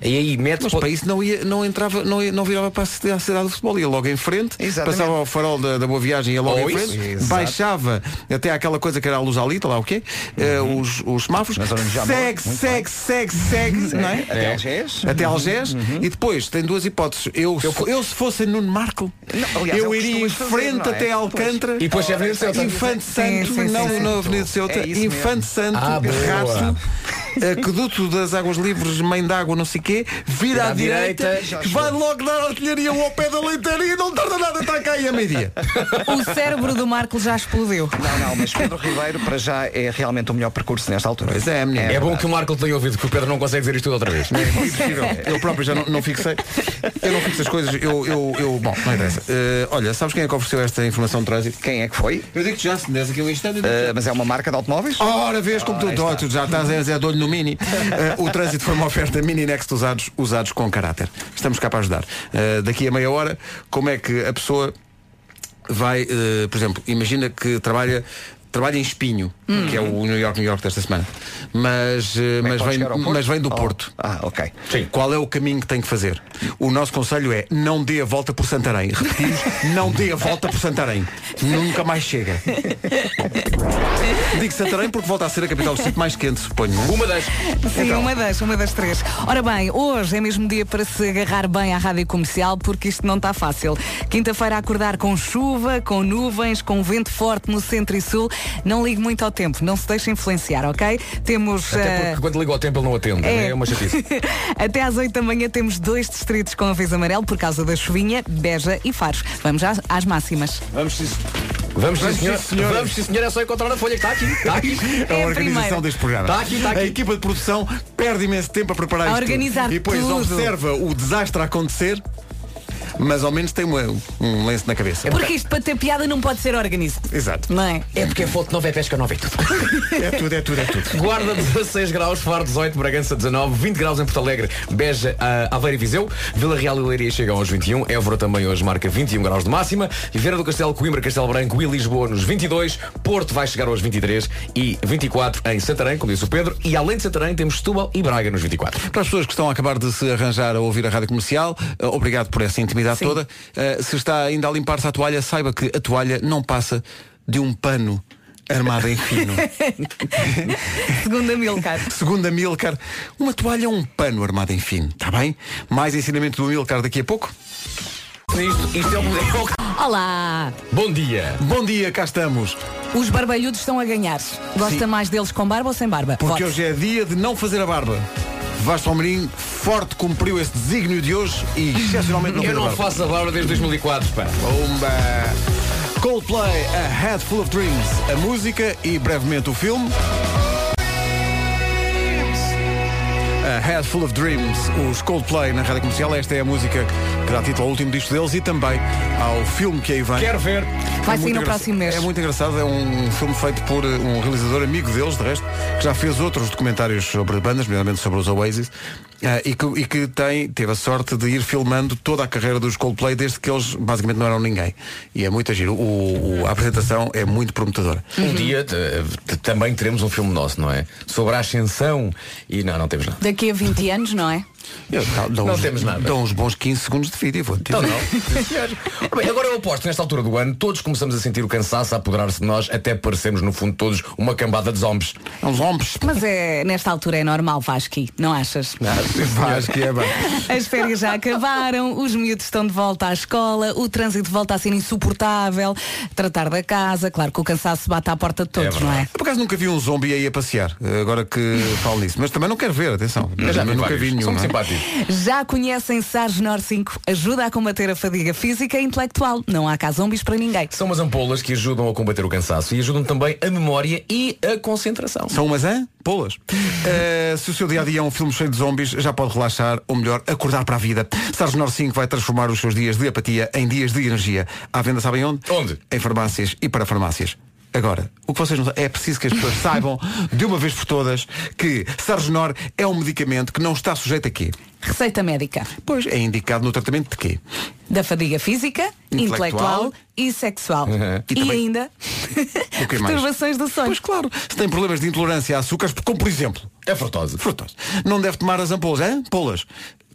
Speaker 2: e aí mete
Speaker 1: Mas para isso não, ia, não entrava, não, ia- não virava para a cidade do futebol, ia logo em frente,
Speaker 3: Exatamente.
Speaker 1: passava ao farol da, da Boa Viagem e ia logo
Speaker 2: Ou
Speaker 1: em
Speaker 2: isso,
Speaker 1: frente,
Speaker 3: exato.
Speaker 1: baixava até aquela coisa que era a luz alita, lá o quê? Eh, os, os semáforos.
Speaker 3: Na zona de Jamor,
Speaker 1: Segue,
Speaker 3: muito
Speaker 1: segue, segue, segue, não é?
Speaker 3: Até Algés.
Speaker 1: Até Algés e depois tem duas hipóteses. Eu, se fo- eu se fosse Nuno Marco,
Speaker 3: Não, aliás, é o
Speaker 1: eu
Speaker 3: que
Speaker 1: iria em
Speaker 3: costumas fazer,
Speaker 1: frente
Speaker 3: não é?
Speaker 1: até Alcântara.
Speaker 2: E depois é a Avenida de Ceuta.
Speaker 1: Infante Santo,
Speaker 4: sim,
Speaker 1: não
Speaker 4: sim.
Speaker 1: na Avenida de Ceuta,
Speaker 3: É isso mesmo.
Speaker 1: Infante Santo,
Speaker 2: Ah, boa.
Speaker 1: Rato, Aqueduto das Águas Livres, Mãe d'Água, não sei quê, vira à,
Speaker 2: à
Speaker 1: direita,
Speaker 2: direita,
Speaker 1: que vai logo dar artilharia ao pé da leitaria e não tarda nada, está cá aí a meio-dia.
Speaker 4: O cérebro do Marco já explodiu.
Speaker 3: Não, não, mas Pedro Ribeiro para já é realmente o melhor percurso nesta altura.
Speaker 1: Pois é, menino.
Speaker 2: É bom que o Marco tenha ouvido que o Pedro não consegue dizer isto tudo outra vez.
Speaker 1: Eu próprio já não, não fixei. Eu não fixo as coisas, eu, eu, eu- bom, não interessa. Eh, olha, sabes quem é que ofereceu esta informação de trânsito?
Speaker 3: Quem é que foi?
Speaker 1: Eu digo-te já, se me des aqui um instante. eu digo-te
Speaker 3: Eh, mas é uma marca de automóveis?
Speaker 1: Ora, vês como tu, oh, tu já estás a Zé de olho no Mini. Eh, o trânsito foi uma oferta Mini Next usados, usados com caráter. Estamos cá para ajudar. Eh, daqui a meia hora, como é que a pessoa vai, eh, por exemplo, imagina que trabalha. Trabalha em Espinho, que é o New York, New York desta semana. Mas, eh,
Speaker 3: Hum. Como é que
Speaker 1: mas,
Speaker 3: pode
Speaker 1: vem,
Speaker 3: chegar ao
Speaker 1: mas vem do
Speaker 3: Oh.
Speaker 1: Porto.
Speaker 3: Ah, ok.
Speaker 1: Qual é o caminho que tem que fazer? O nosso conselho é não dê a volta por Santarém. Repetimos, não dê a volta por Santarém. Nunca mais chega. Digo Santarém porque volta a ser a capital do sítio mais quente, suponho. não é?
Speaker 2: Uma das.
Speaker 4: Sim, uma das, uma das três. Ora bem, hoje é mesmo dia para se agarrar bem à rádio comercial porque isto não está fácil. Quinta-feira a acordar com chuva, com nuvens, com vento forte no centro e sul. Não ligue muito ao tempo, não se deixe influenciar, ok? Temos.
Speaker 2: Até
Speaker 4: eh,
Speaker 2: porque quando liga ao tempo ele não atende.
Speaker 4: É.
Speaker 2: É, uma chatice.
Speaker 4: Até às 8 da manhã temos dois distritos com aviso amarelo por causa da chuvinha, Beja e Faros. Vamos às, às máximas.
Speaker 1: Vamos,
Speaker 2: Vamos, sim,
Speaker 1: sim,
Speaker 2: senhor.
Speaker 1: senhora.
Speaker 2: Vamos, sim, senhor. É só encontrar a folha que está aqui. Está aqui.
Speaker 1: A
Speaker 4: É a
Speaker 1: organização
Speaker 4: primeira.
Speaker 1: deste programa.
Speaker 2: Está aqui, está aqui.
Speaker 1: A equipa de produção perde imenso tempo a preparar
Speaker 4: A
Speaker 1: isto.
Speaker 4: organizar
Speaker 1: tudo. E depois
Speaker 4: tudo.
Speaker 1: observa o desastre a acontecer, mas ao menos tem um, um lenço na cabeça.
Speaker 4: Porque isto para ter piada não pode ser organizado,
Speaker 1: Exato.
Speaker 4: não é?
Speaker 2: É porque é foto nova, é pesca nova e tudo.
Speaker 1: É tudo, é tudo, é tudo.
Speaker 2: Guarda 16 graus, Faro 18, Bragança 19, 20 graus em Porto Alegre, Beja, ah, Aveiro e Viseu, Vila Real e Leiria chegam aos 21, Évora também hoje marca 21 graus de máxima, Vieira do Castelo, Coimbra, Castelo Branco e Lisboa nos 22, Porto vai chegar aos 23 e 24 em Santarém, como disse o Pedro, e além de Santarém temos Setúbal e Braga nos 24.
Speaker 1: Para as pessoas que estão a acabar de se arranjar a ouvir a rádio comercial, eh, obrigado por essa intimidade toda. Eh, se está ainda a limpar-se a toalha, saiba que a toalha não passa de um pano armado em fino.
Speaker 4: Segunda Milcar.
Speaker 1: Segundo a Milcar, uma toalha é um pano armado em fino, está bem? Mais ensinamento do Milcar daqui a pouco.
Speaker 2: Isto, isto é um... é um-
Speaker 4: Olá!
Speaker 2: Bom dia!
Speaker 1: Bom dia, cá estamos.
Speaker 4: Os barbalhudos estão a ganhar. Gosta
Speaker 1: Sim.
Speaker 4: mais deles com barba ou sem barba?
Speaker 1: Porque
Speaker 4: Vote.
Speaker 1: hoje é dia de não fazer a barba. Vasco Palmeirim forte cumpriu esse desígnio de hoje e excepcionalmente não
Speaker 2: Eu
Speaker 1: fez a
Speaker 2: não
Speaker 1: barba.
Speaker 2: faço a barba desde 2004, pá.
Speaker 1: Bomba! Coldplay, A Head Full of Dreams, a música e brevemente o filme. A Head Full of Dreams, os Coldplay na rádio comercial. Esta é a música que dá título ao último disco deles e também ao filme que aí vem.
Speaker 2: Quero ver.
Speaker 4: Vai
Speaker 1: É
Speaker 4: sair
Speaker 1: muito
Speaker 4: no
Speaker 1: engra-
Speaker 4: próximo mês.
Speaker 1: É muito engraçado, é um filme feito por eh, um realizador amigo deles, de resto, que já fez outros documentários sobre bandas, nomeadamente sobre os Oasis, eh, e que, e que tem, teve a sorte de ir filmando toda a carreira dos Coldplay desde que eles basicamente não eram ninguém. E é muito agir. a apresentação é muito prometedora.
Speaker 2: Um dia t- t- também teremos um filme nosso, não é? Sobre a ascensão e não, não temos nada.
Speaker 4: Daqui a 20 anos, não é?
Speaker 1: Eu- dá- dá
Speaker 2: Não
Speaker 1: uns-
Speaker 2: temos nada.
Speaker 1: Dá uns bons 15 segundos de vídeo. Vou
Speaker 2: Então não. Sim, senhor. Ora bem, agora eu aposto que nesta altura do ano todos começamos a sentir o cansaço a apoderar-se de nós até parecemos no fundo todos uma cambada de zombies.
Speaker 1: É uns homens.
Speaker 4: Mas é, nesta altura é normal, Vasqui, não achas?
Speaker 1: Vasco, é bem.
Speaker 4: As férias já acabaram, os miúdos estão de volta à escola, o trânsito volta a ser insuportável, tratar da casa, claro que o cansaço bate à porta de todos,
Speaker 2: É
Speaker 4: não é?
Speaker 1: Eu, Por acaso nunca vi um zombie aí a passear, eh, agora que falo nisso. Mas também não quero ver, atenção.
Speaker 2: Eu já vi
Speaker 1: nunca
Speaker 2: vários.
Speaker 1: vi nenhum.
Speaker 2: São muito
Speaker 1: não é?
Speaker 2: simpáticos.
Speaker 4: Já conhecem Sargenor 5, ajuda a combater a fadiga física e intelectual. Não há cá zombies para ninguém.
Speaker 2: São umas ampolas que ajudam a combater o cansaço e ajudam também a memória e a concentração.
Speaker 1: São umas hã? Polas. Eh, se o seu dia a dia é um filme cheio de zombies, já pode relaxar, ou melhor, acordar para a vida. Sargenor 5 vai transformar os seus dias de apatia em dias de energia. À venda, sabem onde?
Speaker 2: Onde?
Speaker 1: Em farmácias e para farmácias. Agora, o que vocês não sabem, é preciso que as pessoas saibam, de uma vez por todas, que Sargenor é um medicamento que não está sujeito a quê?
Speaker 4: Receita médica
Speaker 1: Pois é indicado no tratamento de quê?
Speaker 4: da fadiga física,
Speaker 1: Intelectual.
Speaker 4: intelectual, e sexual.
Speaker 1: E
Speaker 4: E,
Speaker 1: também-
Speaker 4: ainda
Speaker 1: O que mais?
Speaker 4: perturbações do sonho.
Speaker 1: Pois claro, se tem problemas de intolerância a açúcares, como por exemplo,
Speaker 2: É frutose.
Speaker 1: Frutosa. Não deve tomar as ampolas, hein? Polas.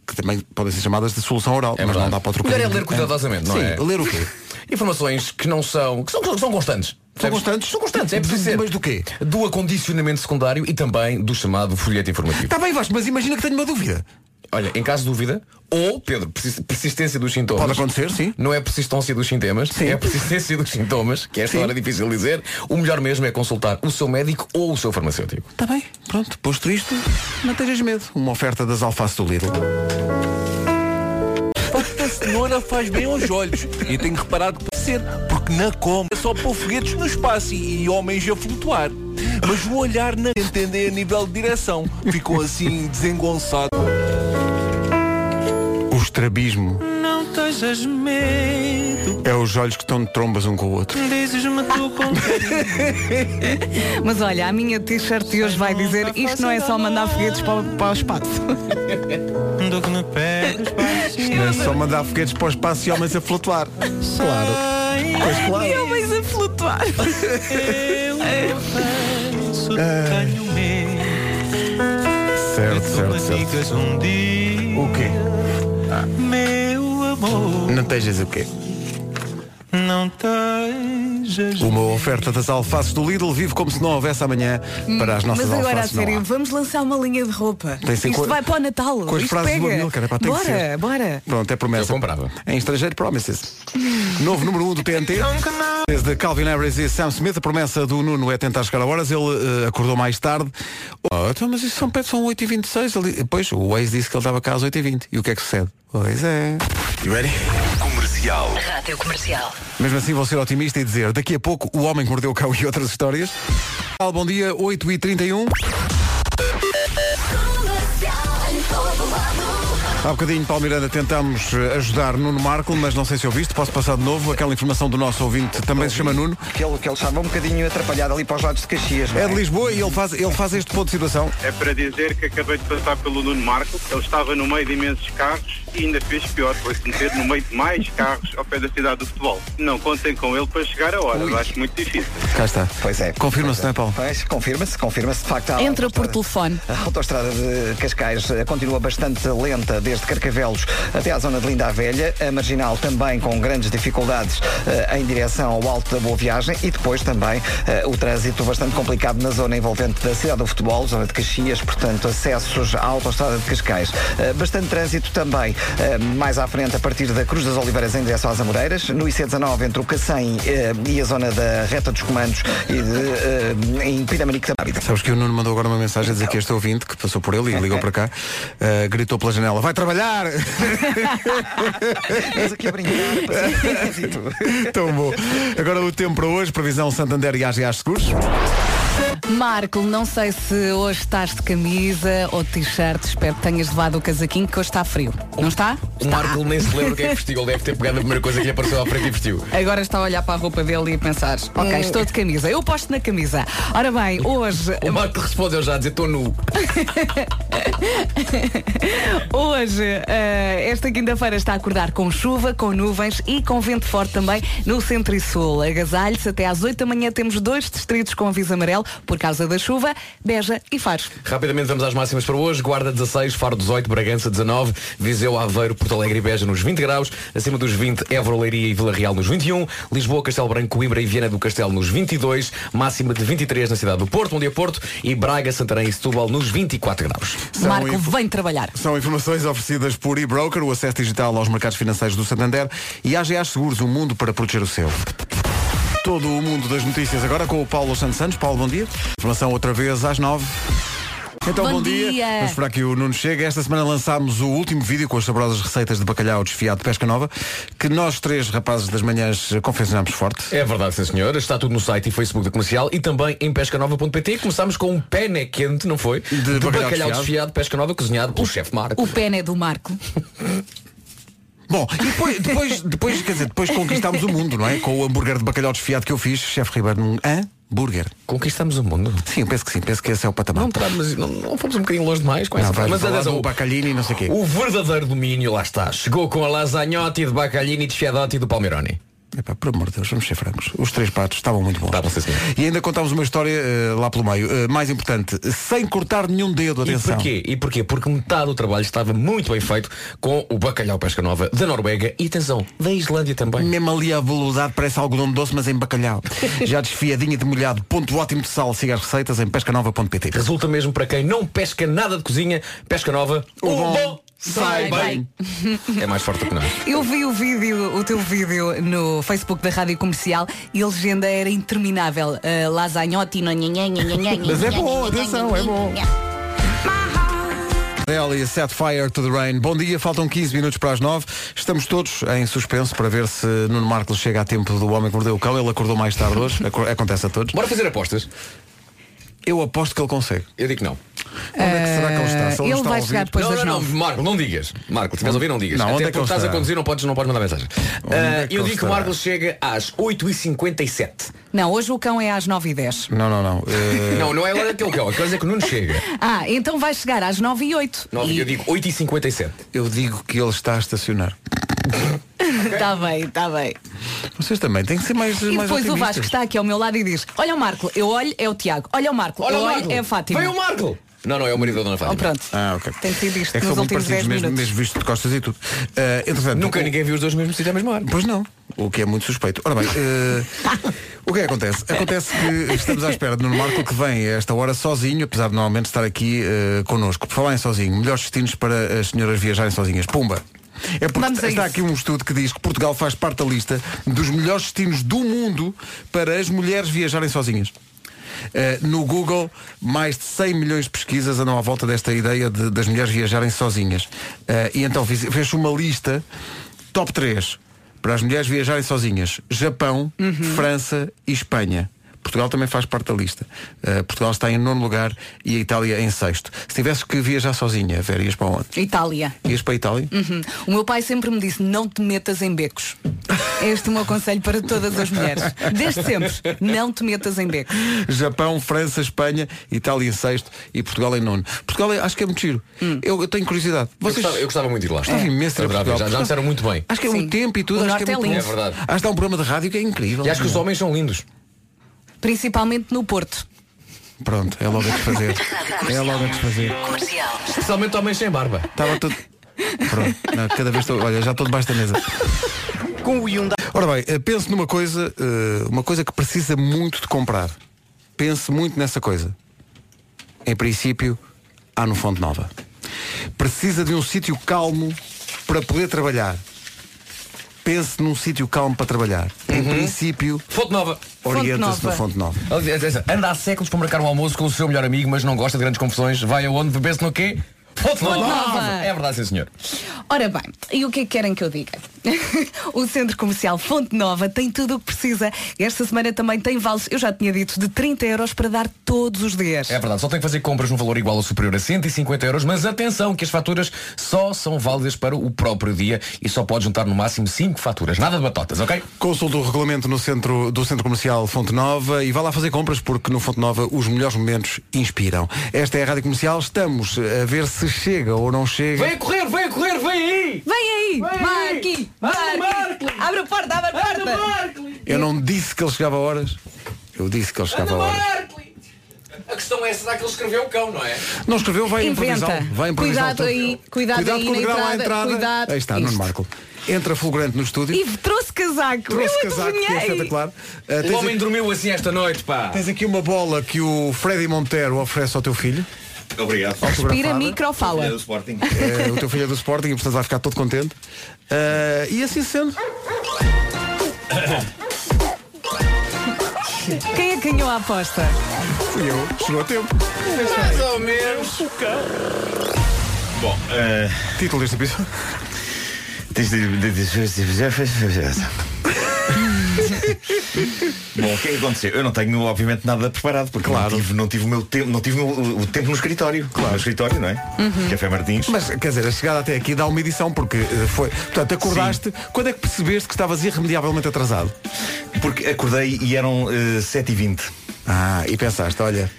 Speaker 1: Que também podem ser chamadas de solução oral, mas
Speaker 2: verdade.
Speaker 1: não dá para trocar.
Speaker 2: Melhor é ler cuidadosamente, não
Speaker 1: Sim,
Speaker 2: é?
Speaker 1: ler o quê?
Speaker 2: informações que não são. que são, que são constantes. Percebes?
Speaker 1: constantes?
Speaker 2: São constantes, é preciso ser.
Speaker 1: Mas do quê?
Speaker 2: Do acondicionamento secundário e também do chamado folheto informativo.
Speaker 1: Está Tá bem, Vasco, mas imagina que tenho uma dúvida.
Speaker 2: Olha, em caso de dúvida, ou, Pedro, persi- persistência dos sintomas.
Speaker 1: Pode acontecer, sim.
Speaker 2: Não é persistência dos sintomas, é a persistência dos sintomas, que esta
Speaker 1: Sim.
Speaker 2: hora é difícil de dizer. O melhor mesmo é consultar o seu médico ou o seu farmacêutico.
Speaker 1: Está Tá bem, pronto, posto isto, não tenhas medo. Uma oferta das alfaces do Lidl.
Speaker 9: A cenoura faz bem aos olhos e tenho reparado que pode ser, porque na come é só pôr foguetes no espaço e, e homens a flutuar. Mas o olhar não entender a nível de direção. Ficou assim desengonçado.
Speaker 1: O estrabismo
Speaker 7: Não tejas medo,
Speaker 1: é os olhos que estão de trombas um com o outro.
Speaker 7: dizes-me tu com
Speaker 4: Mas olha, a minha t-shirt de hoje vai dizer isto não é só mandar foguetes para, o- para o espaço.
Speaker 7: do que me pegas, vai
Speaker 1: Não é só mandar foguetes para o espaço e homens a flutuar. Claro.
Speaker 9: é
Speaker 7: ser.
Speaker 4: E homens a flutuar.
Speaker 7: Eu
Speaker 9: É.
Speaker 7: não faço, tenho medo.
Speaker 1: Certo,
Speaker 7: Tu me
Speaker 1: certo, certo.
Speaker 7: digas um dia,
Speaker 9: Uh.
Speaker 1: O quê?
Speaker 7: meu amor,
Speaker 1: Não tejas o quê?
Speaker 7: não tejas
Speaker 9: Uh.
Speaker 1: Uma oferta das alfaces do Lidl vive como se não houvesse amanhã para as nossas
Speaker 4: Mas agora a
Speaker 1: alfaces. não
Speaker 4: sério,
Speaker 1: há.
Speaker 4: vamos lançar uma linha de roupa.
Speaker 1: Tem que ser
Speaker 4: Isto
Speaker 1: com-
Speaker 4: vai para o Natal.
Speaker 1: Com as
Speaker 4: Isto
Speaker 1: frases do
Speaker 4: pega.
Speaker 1: Amilcar, pá, tem que
Speaker 4: bora,
Speaker 1: ser.
Speaker 4: bora.
Speaker 1: Pronto, é promessa.
Speaker 2: Eu comprava.
Speaker 1: Em estrangeiro, promises. Novo número 1 um do TNT. Desde Calvin Harris e Sam Smith, a promessa do Nuno é tentar chegar a horas. Ele eh, acordou mais tarde. Oh, então, mas isso são, pet- são 8h26. Ele, pois, o Waze disse que ele estava cá às 8h20. E o que é que sucede? Pois é. You ready?
Speaker 10: Rádio Comercial.
Speaker 1: Mesmo assim vou ser otimista e dizer daqui a pouco o homem que mordeu o cão e outras histórias. Al, Bom dia, 8h31. Há bocadinho, Paulo Miranda, tentamos eh, ajudar Nuno Marco, mas não sei se ouviste, posso passar de novo aquela informação do nosso ouvinte, também se chama Nuno,
Speaker 3: Que ele, que ele estava um bocadinho atrapalhado ali para os lados de Caxias, não
Speaker 1: é de Lisboa e ele faz, ele faz este ponto de situação.
Speaker 11: É para dizer que acabei de passar pelo Nuno Marco. Ele estava no meio de imensos carros e ainda fez pior, foi-se meter no meio de mais carros ao pé da cidade do futebol. Não contem com ele para chegar a horas, acho muito difícil.
Speaker 1: Cá está.
Speaker 3: Pois é.
Speaker 1: Confirma-se,
Speaker 3: Pois
Speaker 1: não é, Paulo?
Speaker 3: Pois, confirma-se, confirma-se de facto. há
Speaker 4: Entra por
Speaker 3: autoestrada-
Speaker 4: telefone.
Speaker 3: A autoestrada de Cascais eh, continua bastante lenta desde Carcavelos até à zona de Linda a Velha. A marginal também com grandes dificuldades eh, em direção ao Alto da Boa Viagem e depois também eh, o trânsito bastante complicado na zona envolvente da cidade do futebol, zona de Caxias, portanto, acessos à autoestrada de Cascais. Eh, Bastante trânsito também eh, mais à frente a partir da Cruz das Oliveiras em direção às Amoreiras. No IC19 entre o Cacém eh, e a zona da Reta dos Comandos e de, eh, em Pinamanique também.
Speaker 1: Sabes que o Nuno mandou agora uma mensagem a dizer
Speaker 3: Então.
Speaker 1: que este ouvinte, que passou por ele e ligou para cá, eh, gritou pela janela, vai trabalhar!
Speaker 3: Estamos aqui a brincar. é.
Speaker 1: Tão bom. Agora o tempo para hoje, previsão Santander e AGA Seguros.
Speaker 4: Marco, não sei se hoje estás de camisa ou de t-shirt, espero que tenhas levado o casaquinho que hoje está frio. Não está?
Speaker 2: O Marco nem se lembra o que é que vestiu, ele deve ter pegado a primeira coisa que lhe apareceu à frente e vestiu.
Speaker 4: Agora está a olhar para a roupa dele e a pensar, ok, estou de camisa, eu posto na camisa. Ora bem, hoje,
Speaker 2: O Marco respondeu já a dizer estou nu.
Speaker 4: hoje, eh, esta quinta-feira está a acordar com chuva, com nuvens e com vento forte também no centro e sul. Agasalhos, até às 8 da manhã temos dois distritos com aviso amarelo por causa da chuva, Beja e Faro.
Speaker 2: Rapidamente vamos às máximas para hoje. Guarda 16, Faro 18, Bragança 19, Viseu, Aveiro, Porto Alegre e Beja nos 20 graus. Acima dos 20, Évora, Leiria e Vila Real nos 21. Lisboa, Castelo Branco, Coimbra e Viana do Castelo nos 22. Máxima de 23 na cidade do Porto, Bom Dia Porto. E Braga, Santarém e Setúbal nos 24 graus.
Speaker 1: São
Speaker 4: Marco,
Speaker 1: info-
Speaker 4: vem trabalhar.
Speaker 1: São informações oferecidas por eBroker, o acesso digital aos mercados financeiros do Santander e AGA Seguros, um mundo para proteger o seu. Todo o mundo das notícias agora com o Paulo Santos Santos. Paulo, bom dia. Informação outra vez às nove. Então, bom,
Speaker 4: Bom
Speaker 1: dia.
Speaker 4: dia.
Speaker 1: Vamos esperar que o Nuno chegue. Esta semana lançámos o último vídeo com as saborosas receitas de bacalhau desfiado de pesca nova, que nós três rapazes das manhãs eh, confeccionámos forte.
Speaker 2: É verdade, sim senhor. Está tudo no site e Facebook da Comercial e também em pescanova.pt. Começámos com um pene quente, não foi? De,
Speaker 1: bacalhau
Speaker 2: bacalhau,
Speaker 1: desfiado.
Speaker 2: desfiado. Pesca Nova, cozinhado pelo chefe Marco.
Speaker 4: O pene é do Marco.
Speaker 1: Bom, e depois, depois, depois, quer dizer, depois conquistámos o mundo, não é? Com o hambúrguer de bacalhau desfiado que eu fiz, chefe Ribeiro, num hambúrguer.
Speaker 2: Conquistamos o mundo.
Speaker 1: Sim, penso que sim, penso que esse é o patamar.
Speaker 2: Não, tá, mas não, não fomos um bocadinho longe demais com
Speaker 1: Não,
Speaker 2: essa
Speaker 1: vais
Speaker 2: frase. Mas
Speaker 1: falar
Speaker 2: atenção,
Speaker 1: do bacalhini e não sei o quê.
Speaker 2: O verdadeiro domínio, lá está. Chegou com a lasagnotti de bacalhini, de fiadotti e do palmeironi.
Speaker 1: Epá, por amor de Deus, vamos ser francos. Os três pratos estavam muito bons.
Speaker 2: Tá
Speaker 1: E ainda contámos uma história eh, lá pelo meio. Eh, mais importante, sem cortar nenhum dedo,
Speaker 2: E
Speaker 1: atenção.
Speaker 2: porquê? E porquê? Porque metade do trabalho estava muito bem feito com o bacalhau pesca nova da Noruega e atenção, da Islândia também.
Speaker 1: Mesmo ali a velocidade parece algodão doce, mas em bacalhau. Já desfiadinha de molhado, ponto ótimo de sal. Siga as receitas em pescanova.pt.
Speaker 2: Resulta mesmo para quem não pesca nada de cozinha, pesca nova, o bom, sai bem. É mais forte que nós.
Speaker 4: Eu vi o vídeo, o teu vídeo no Facebook da Rádio Comercial e a legenda era interminável. Uh, Lasanhotti,
Speaker 1: Mas é bom, atenção, é bom. Ellie, set fire to the rain. Bom dia, faltam 15 minutos para as 9. Estamos todos em suspenso para ver se Nuno Marcos chega a tempo do homem que mordeu o cão. Ele acordou mais tarde hoje, Aco- acontece a todos.
Speaker 2: Bora fazer apostas.
Speaker 1: Eu aposto que ele consegue.
Speaker 2: Eu digo que não.
Speaker 1: Onde é que será que ele está? Se ele não está a ouvir-
Speaker 2: não, não, não, Marco, não digas. Marco, se vais ouvir, não digas.
Speaker 1: Não, onde
Speaker 2: Até
Speaker 1: é que
Speaker 2: porque
Speaker 1: ele
Speaker 2: estás a
Speaker 1: está?
Speaker 2: conduzir, não podes, não podes mandar mensagem. Ah,
Speaker 1: é que
Speaker 2: eu
Speaker 1: ele
Speaker 2: digo que o
Speaker 1: está?
Speaker 2: Marco chega às 8h57.
Speaker 4: Não, hoje o cão é às 9h10.
Speaker 1: Não, não, não. Eh,
Speaker 2: Não, não é lá daquele cão. A coisa é que o Nuno chega.
Speaker 4: Ah, então vai chegar às 9h08.
Speaker 2: Não, Eu digo 8h57.
Speaker 1: Eu digo que ele está a estacionar.
Speaker 4: Está tá bem, está bem.
Speaker 1: Vocês também têm que ser mais.
Speaker 4: E
Speaker 1: mais
Speaker 4: depois o
Speaker 1: otimistas.
Speaker 4: Vasco está aqui ao meu lado e diz Olha o Marco, eu olho, é o Tiago Olha o Marco,
Speaker 2: Olha
Speaker 4: eu
Speaker 2: o
Speaker 4: olho,
Speaker 2: Marco.
Speaker 4: é a Fátima
Speaker 2: Vem o Marco. Não, não, é o marido da Dona Fátima.
Speaker 4: Oh, pronto,
Speaker 1: Ah, ok.
Speaker 4: tem sido isto
Speaker 1: É que
Speaker 4: nos
Speaker 1: são muito
Speaker 4: últimos 10
Speaker 1: parecidos, mesmo,
Speaker 4: minutos
Speaker 1: mesmo visto de costas e tudo. Eh, entretanto,
Speaker 2: Nunca
Speaker 1: o-
Speaker 2: ninguém viu os dois no mesmo sítio à mesma hora.
Speaker 1: Pois não. O que é muito suspeito. Ora bem, eh, o que é que acontece? Acontece que estamos à espera de Nuno Marco que vem a esta hora sozinho, apesar de normalmente estar aqui eh, connosco. Por falarem sozinho, melhores destinos para as senhoras viajarem sozinhas. Pumba! É porque
Speaker 4: Vamos
Speaker 1: está,
Speaker 4: a
Speaker 1: está
Speaker 4: isso.
Speaker 1: aqui um estudo que diz que Portugal faz parte da lista dos melhores destinos do mundo para as mulheres viajarem sozinhas. Eh, no Google, mais de 100 milhões de pesquisas andam à volta desta ideia de- das mulheres viajarem sozinhas. Eh, e então fiz- fez uma lista top 3 para as mulheres viajarem sozinhas. Japão, França e Espanha. Portugal também faz parte da lista. Eh, Portugal está em nono lugar e a Itália em sexto. Se tivesse que viajar sozinha, Vera, ias para onde?
Speaker 4: Itália
Speaker 1: Ias para a Itália?
Speaker 4: Uhum. O meu pai sempre me disse Não te metas em becos Este é o meu conselho para todas as mulheres Desde sempre, não te metas em becos
Speaker 1: Japão, França, Espanha, Itália em sexto e Portugal em nono. Portugal é- acho que é muito giro.
Speaker 4: Hum.
Speaker 1: Eu, eu tenho curiosidade.
Speaker 2: Eu,
Speaker 1: Vocês
Speaker 2: gostava, eu gostava muito de ir lá.
Speaker 1: Gostava imenso de ir a
Speaker 2: Adorava,
Speaker 1: Portugal.
Speaker 2: É. já, já me disseram muito bem.
Speaker 1: acho que é
Speaker 4: Sim.
Speaker 1: um tempo e tudo.
Speaker 4: O
Speaker 1: acho
Speaker 4: norte
Speaker 1: que é,
Speaker 4: é
Speaker 1: muito
Speaker 4: lindo.
Speaker 1: bom.
Speaker 2: É verdade.
Speaker 1: Acho que há um programa de rádio que é incrível.
Speaker 2: E acho que os homens são lindos.
Speaker 4: Principalmente no Porto
Speaker 1: Pronto, é logo a desfazer. é logo a desfazer.
Speaker 10: Comercial.
Speaker 2: Especialmente homens sem barba.
Speaker 1: Estava tudo. Pronto, não, cada vez estou. Olha, já estou debaixo da mesa.
Speaker 2: Com o Hyundai.
Speaker 1: Ora bem, eh, penso numa coisa, eh, uma coisa que precisa muito de comprar. Pense muito nessa coisa. Em princípio, há no Fonte Nova. Precisa de um sítio calmo para poder trabalhar. Pense num sítio calmo para trabalhar. Em princípio,
Speaker 2: Uhum. Fonte nova.
Speaker 1: orienta-se
Speaker 4: Nova.
Speaker 1: na Fonte Nova.
Speaker 2: Aliás, essa, Anda há séculos para marcar um almoço com o seu melhor amigo, mas não gosta de grandes confusões. Vai aonde? Bebesse no quê? Fonte nova.
Speaker 4: nova.
Speaker 2: É verdade, sim senhor.
Speaker 4: Ora bem, e o que é que querem que eu diga? o Centro Comercial Fonte Nova tem tudo o que precisa. Esta semana também tem vales, eu já tinha dito, de 30 euros para dar todos os dias.
Speaker 2: É verdade, só tem que fazer compras num valor igual ou superior a 150 euros, mas atenção que as faturas só são válidas para o próprio dia e só pode juntar no máximo 5 faturas. Nada de batotas, ok?
Speaker 1: Consulte o regulamento no centro, do Centro Comercial Fonte Nova e vá lá fazer compras porque no Fonte Nova os melhores momentos inspiram. Esta é a Rádio Comercial, estamos a ver se chega ou não chega.
Speaker 2: Vem correr, vem correr, vem aí!
Speaker 4: Vem aí! Marque! Marque! Abre a porta, abre a porta!
Speaker 1: Eu não disse que ele chegava a horas. Eu disse que ele chegava a horas.
Speaker 2: A questão é, será que ele escreveu o cão, não é?
Speaker 1: Não escreveu, vai
Speaker 4: Inventa.
Speaker 1: improvisar. Vai improvisar.
Speaker 4: Cuidado aí, cuidado aí
Speaker 1: com o
Speaker 4: na
Speaker 1: grau à
Speaker 4: entrada,
Speaker 1: entrada.
Speaker 4: cuidado.
Speaker 1: Aí está, Nuno
Speaker 4: Isto.
Speaker 1: Marco. Entra fulgurante no estúdio.
Speaker 4: E trouxe casaco!
Speaker 1: trouxe
Speaker 4: eu
Speaker 1: casaco, que é
Speaker 4: adivinhei.
Speaker 1: espetacular. Ah, tens,
Speaker 2: O homem
Speaker 1: aqui,
Speaker 2: dormiu assim esta noite, pá.
Speaker 1: tens aqui uma bola que o Freddy Montero oferece ao teu filho.
Speaker 8: Obrigado.
Speaker 4: Respira, micro, fala.
Speaker 8: Sporting.
Speaker 1: É, o teu filho é do Sporting e portanto vai ficar todo contente. Ah, e assim sendo.
Speaker 4: Quem é que ganhou a aposta?
Speaker 1: Fui eu, chegou a tempo.
Speaker 2: Mais ou menos.
Speaker 8: Bom, eh,
Speaker 1: Título deste episódio.
Speaker 8: tens de- de- de- Bom, o que é que aconteceu? Eu não tenho, obviamente, nada preparado, porque
Speaker 1: Claro.
Speaker 8: não, tive, não tive o meu tempo, não tive o, o tempo no escritório. Claro. No escritório, não é? Café Martins.
Speaker 1: Mas quer dizer, a chegada até aqui dá uma edição porque eh, foi. Portanto, acordaste. Quando é que percebeste que estavas irremediavelmente atrasado?
Speaker 8: Porque acordei e eram eh, 7h20.
Speaker 1: Ah, e pensaste, olha,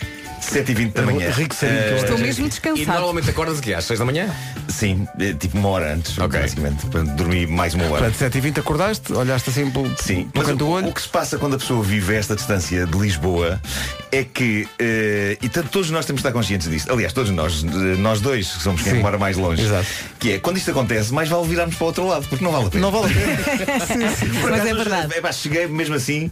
Speaker 12: 7h20 da manhã.
Speaker 2: Rico
Speaker 12: Eh,
Speaker 1: É.
Speaker 2: E normalmente acordas aqui às 6 da manhã?
Speaker 12: Sim, eh, tipo uma hora antes, basicamente. Para dormir mais uma hora.
Speaker 1: Portanto, 7h20 acordaste, olhaste assim pelo
Speaker 12: Sim, mas o, o que se passa quando a pessoa vive esta distância de Lisboa é que, eh, e tanto todos nós temos de estar conscientes disto, aliás, todos nós, eh, nós dois, que somos quem
Speaker 1: Sim.
Speaker 12: mora mais longe, que é quando isto acontece, mais vale virarmos para o outro lado, porque não vale a pena. Não vale a pena.
Speaker 7: Mas é verdade.
Speaker 12: É pá, cheguei mesmo assim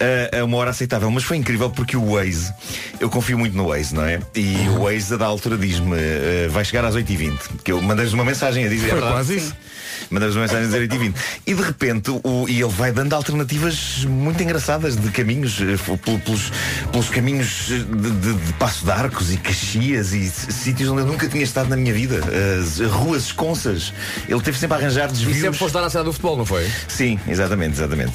Speaker 12: a- a uma hora aceitável, mas foi incrível porque o Waze, eu confio muito no Waze, não é? E o Waze a da altura diz-me, eh, vai chegar às 8h20, que eu mandei-lhes uma mensagem a dizer.
Speaker 1: Foi
Speaker 12: é verdade?
Speaker 1: quase isso.
Speaker 12: Mandamos uma mensagem a dizer 8h20. E de repente o, e ele vai dando alternativas muito engraçadas de caminhos, eh, f- pel- pelos, pelos caminhos eh, de, de, de Passo de Arcos e Caxias e s- sítios onde eu nunca tinha estado na minha vida. As ruas esconsas. Ele teve sempre a arranjar desvios. E sempre
Speaker 2: foste dar é na cidade do futebol, não foi?
Speaker 12: Sim, exatamente, exatamente.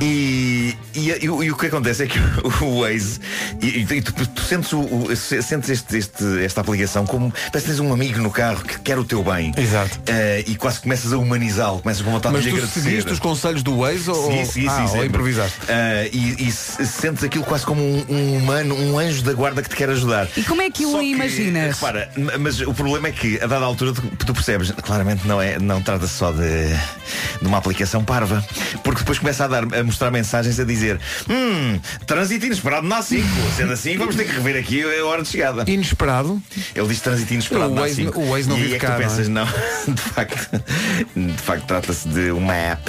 Speaker 12: E, e, e o- e o que acontece é que o, o Waze, e, e- e tu, tu sentes, o, o- se- sentes este- este- esta aplicação como parece que tens um amigo no carro que quer o teu bem. Exato. e quase começas a humanizá-lo, começas com vontade
Speaker 1: Mas
Speaker 12: de lhe
Speaker 1: tu
Speaker 12: agradecer.
Speaker 1: seguiste os conselhos do Waze ou,
Speaker 12: Sim, sim,
Speaker 1: ah,
Speaker 12: sim,
Speaker 1: ou
Speaker 12: sempre.
Speaker 1: improvisaste?
Speaker 12: Ah, e, e se- sentes aquilo quase como um, um humano, um anjo da guarda que te quer ajudar.
Speaker 4: E como é que o imaginas?
Speaker 12: Repara, m- mas o problema é que a dada altura tu, tu percebes, claramente não, é, não trata-se só de, de uma aplicação parva. Porque depois começa a, dar, a mostrar mensagens a dizer Hum, trânsito inesperado na A5. Sendo assim, vamos ter que rever aqui a hora de chegada.
Speaker 1: Inesperado?
Speaker 12: Ele diz trânsito inesperado
Speaker 1: O
Speaker 12: na
Speaker 1: Waze-
Speaker 12: A5.
Speaker 1: o Waze não
Speaker 12: e aí
Speaker 1: vive
Speaker 12: é que
Speaker 1: cá,
Speaker 12: tu
Speaker 1: não é?
Speaker 12: pensas, não, de facto, de facto trata-se de uma app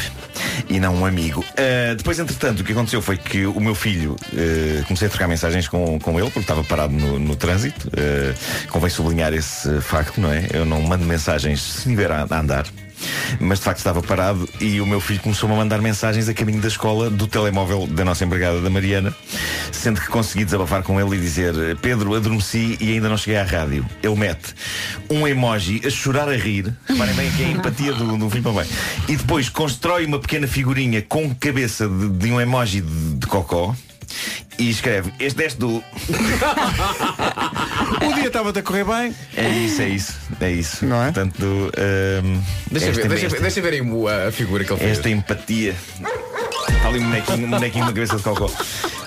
Speaker 12: e não um amigo. Ah, depois, entretanto, o que aconteceu foi que o meu filho ah, comecei a trocar mensagens com, com ele, porque estava parado no, no trânsito. Ah, convém sublinhar esse facto, não é? Eu não mando mensagens se estiver a, a andar. Mas de facto estava parado e o meu filho começou-me a mandar mensagens a caminho da escola do telemóvel da nossa empregada da Mariana, sendo que consegui desabafar com ele e dizer Pedro, adormeci e ainda não cheguei à rádio. Ele mete um emoji a chorar a rir, reparem bem que é a empatia do, do filho para bem, e depois constrói uma pequena figurinha com cabeça de, de um emoji de, de cocó e escreve, este deste do.
Speaker 1: O dia estava-te a correr bem.
Speaker 12: É isso, é isso, é isso. Não é? Portanto, ahm,
Speaker 2: Deixa,
Speaker 12: esta-
Speaker 2: ver, deixa,
Speaker 12: esta-
Speaker 2: ver, deixa ver aí o- a figura que ele fez.
Speaker 12: É esta empatia. Está ali um bonequinho, um bonequinho na cabeça de cocó.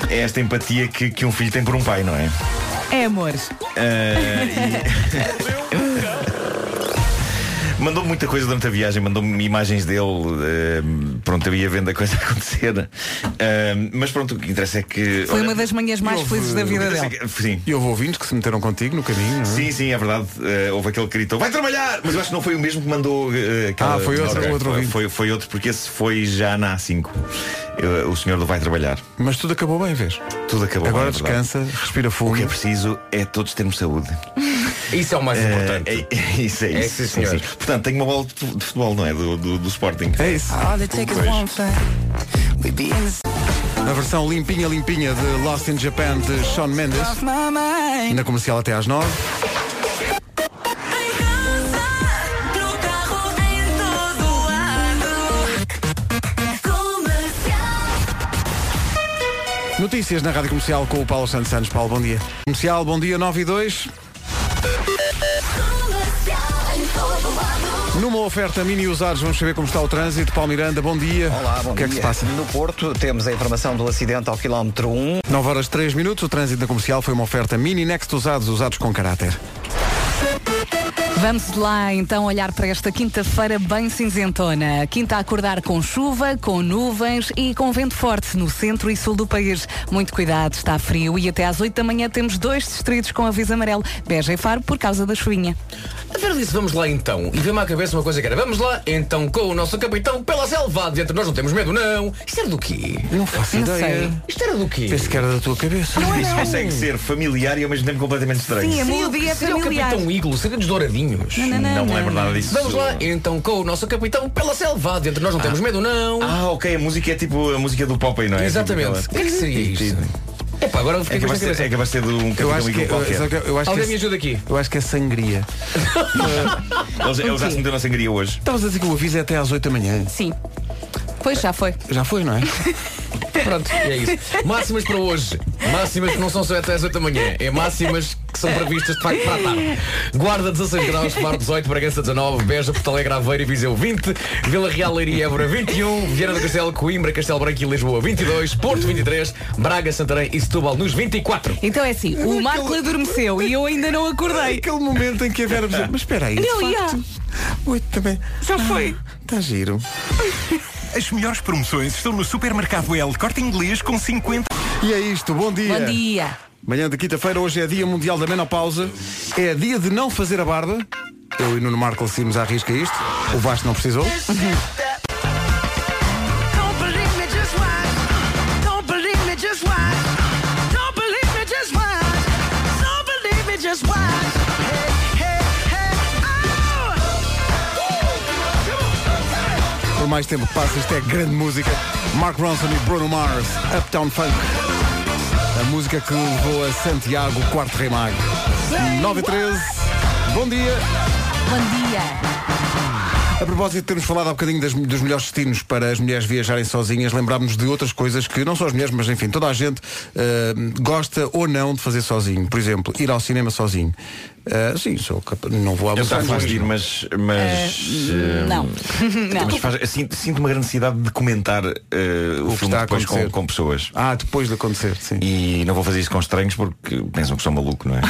Speaker 12: É esta empatia que, que um filho tem por um pai, não é?
Speaker 4: É, amores.
Speaker 12: Ah, e- Mandou-me muita coisa durante a viagem, mandou-me imagens dele, ah, pronto, eu ia vendo a coisa acontecer. Ah, mas pronto, o que interessa é que.
Speaker 4: Foi
Speaker 12: olha,
Speaker 4: uma das manhãs mais felizes da vida dela.
Speaker 12: Sim.
Speaker 1: E houve ouvintes que se meteram contigo no caminho, não é?
Speaker 12: Sim, sim, é verdade. Eh, houve aquele que gritou, vai trabalhar! Mas eu acho que não foi o mesmo que mandou eh, aquela...
Speaker 1: Ah, foi outro-
Speaker 12: Ok,
Speaker 1: outro
Speaker 12: foi,
Speaker 1: ouvinte.
Speaker 12: foi, foi outro, porque esse foi já na A5. Eh, o senhor do vai trabalhar.
Speaker 1: Mas tudo acabou bem, vês?
Speaker 12: Tudo acabou
Speaker 1: Agora
Speaker 12: bem, é verdade.
Speaker 1: descansa, respira fundo.
Speaker 12: O que é preciso é todos termos saúde.
Speaker 2: Isso é o mais
Speaker 12: importante. É, é isso, é,
Speaker 2: É
Speaker 12: isso.
Speaker 2: sim,
Speaker 12: sim,
Speaker 2: senhor.
Speaker 12: sim. Portanto, tenho uma bola de fu- de futebol, não é? Do, do, do Sporting.
Speaker 1: É isso.
Speaker 12: Pois.
Speaker 1: A versão limpinha, limpinha de Lost in Japan de Sean Mendes. Na comercial até às 9. Notícias na Rádio Comercial com o Paulo Santos Santos. Paulo, bom dia. Comercial, bom dia, 9 e 2. Numa oferta mini usados, vamos saber como está o trânsito. Paulo Miranda, bom dia.
Speaker 3: Olá, bom
Speaker 1: O que
Speaker 3: dia.
Speaker 1: é que se passa?
Speaker 3: No Porto temos a informação do acidente ao quilómetro 1.
Speaker 1: 9 horas 3 minutos, o trânsito na comercial foi uma oferta mini next usados, usados com caráter.
Speaker 4: Vamos lá então olhar para esta quinta-feira bem cinzentona. Quinta a acordar com chuva, com nuvens e com vento forte no centro e sul do país. Muito cuidado, está frio e até às 8 da manhã temos dois distritos com aviso amarelo, Beja e Faro, por causa da chuvinha.
Speaker 2: A ver disso, vamos lá então. E vem-me à cabeça uma coisa que era. Vamos lá então com o nosso capitão pela selvagem. Dentro nós não temos medo, não. Isto era do quê?
Speaker 1: Não faço
Speaker 2: Não
Speaker 1: ideia.
Speaker 2: sei. Isto era do quê?
Speaker 1: Penso que era da tua cabeça.
Speaker 2: Não é
Speaker 12: Isto
Speaker 2: não.
Speaker 12: consegue ser familiar e ao mesmo tempo completamente estranho.
Speaker 2: Sim,
Speaker 4: melodia é
Speaker 2: seria
Speaker 4: familiar.
Speaker 2: o capitão Iglo, seria dos douradinhos.
Speaker 4: Não, não, não, Não me não,
Speaker 12: lembro não. é nada disso.
Speaker 2: Vamos lá então com o nosso capitão pela selvagem. Dentro nós não temos medo, não.
Speaker 12: Ah, ok, a música é tipo a música do Popeye, não é?
Speaker 2: Exatamente.
Speaker 12: Tipo
Speaker 2: O que é que seria isto? Epá, agora eu
Speaker 12: É
Speaker 2: fiquei com
Speaker 12: capaz
Speaker 2: esta
Speaker 12: de ser- é
Speaker 2: cabeça.
Speaker 12: capaz de ser de um
Speaker 1: Eu
Speaker 12: capitão
Speaker 1: acho que,
Speaker 12: Eagle
Speaker 1: eu,
Speaker 12: qualquer.
Speaker 1: sabe que- eu acho
Speaker 2: Alguém
Speaker 1: que é-
Speaker 2: me ajuda aqui.
Speaker 1: Eu acho que é sangria.
Speaker 12: Eles, eles já se meteram na sangria hoje.
Speaker 1: Estavas a dizer que o aviso é até às 8 da manhã.
Speaker 4: Sim. Pois já foi.
Speaker 1: Já foi, não é?
Speaker 2: Pronto, é isso. Máximas para hoje. Máximas que não são só até às 8 da manhã. É máximas que que são previstas de facto para a tarde. Guarda 16 graus, Faro 18, Bragança 19, Beja, Porto Alegre, Aveiro e Viseu 20, Vila Real, Leiria, e Évora 21, Viana do Castelo, Coimbra, Castelo Branco e Lisboa 22, Porto 23, Braga, Santarém e Setúbal nos 24.
Speaker 4: Então é assim, o Marco adormeceu e eu ainda não acordei.
Speaker 1: Aquele momento em que a Vera me mas espera aí,
Speaker 4: Não,
Speaker 1: de
Speaker 4: ia.
Speaker 1: facto, Oito também.
Speaker 4: Já foi.
Speaker 1: Está Ah, tá giro.
Speaker 13: As melhores promoções estão no supermercado L Corte Inglês com 50.
Speaker 1: E é isto, bom dia.
Speaker 13: Bom dia.
Speaker 1: Manhã de quinta-feira, hoje é dia mundial da menopausa. É dia de não fazer a barba. Eu e Nuno Marco Simos arrisca isto. O Vasco não precisou.
Speaker 14: Oh!
Speaker 1: Por mais tempo que passa, isto é grande música. Mark Ronson e Bruno Mars, Uptown Funk. A música que levou a Santiago, quarto rei mago. 9 e 13. Bom dia.
Speaker 4: Bom dia.
Speaker 1: A propósito de termos falado há bocadinho das- dos melhores destinos para as mulheres viajarem sozinhas, lembrámos de outras coisas que não só as mulheres, mas enfim, toda a gente eh, gosta ou não de fazer sozinho. Por exemplo, ir ao cinema sozinho. Eh, sim, sou capaz. Não vou à
Speaker 12: Eu
Speaker 1: Los
Speaker 12: estava a
Speaker 1: Angeles,
Speaker 12: ir,
Speaker 1: não.
Speaker 12: mas. mas eh,
Speaker 4: Não.
Speaker 12: Mas
Speaker 4: não.
Speaker 12: faz, eu sinto, sinto uma grande necessidade de comentar eh, o, filme
Speaker 1: está a
Speaker 12: depois com,
Speaker 1: acontecer.
Speaker 12: com pessoas.
Speaker 1: Ah, depois de acontecer, sim.
Speaker 12: E não vou fazer isso com estranhos porque pensam que sou maluco, não é?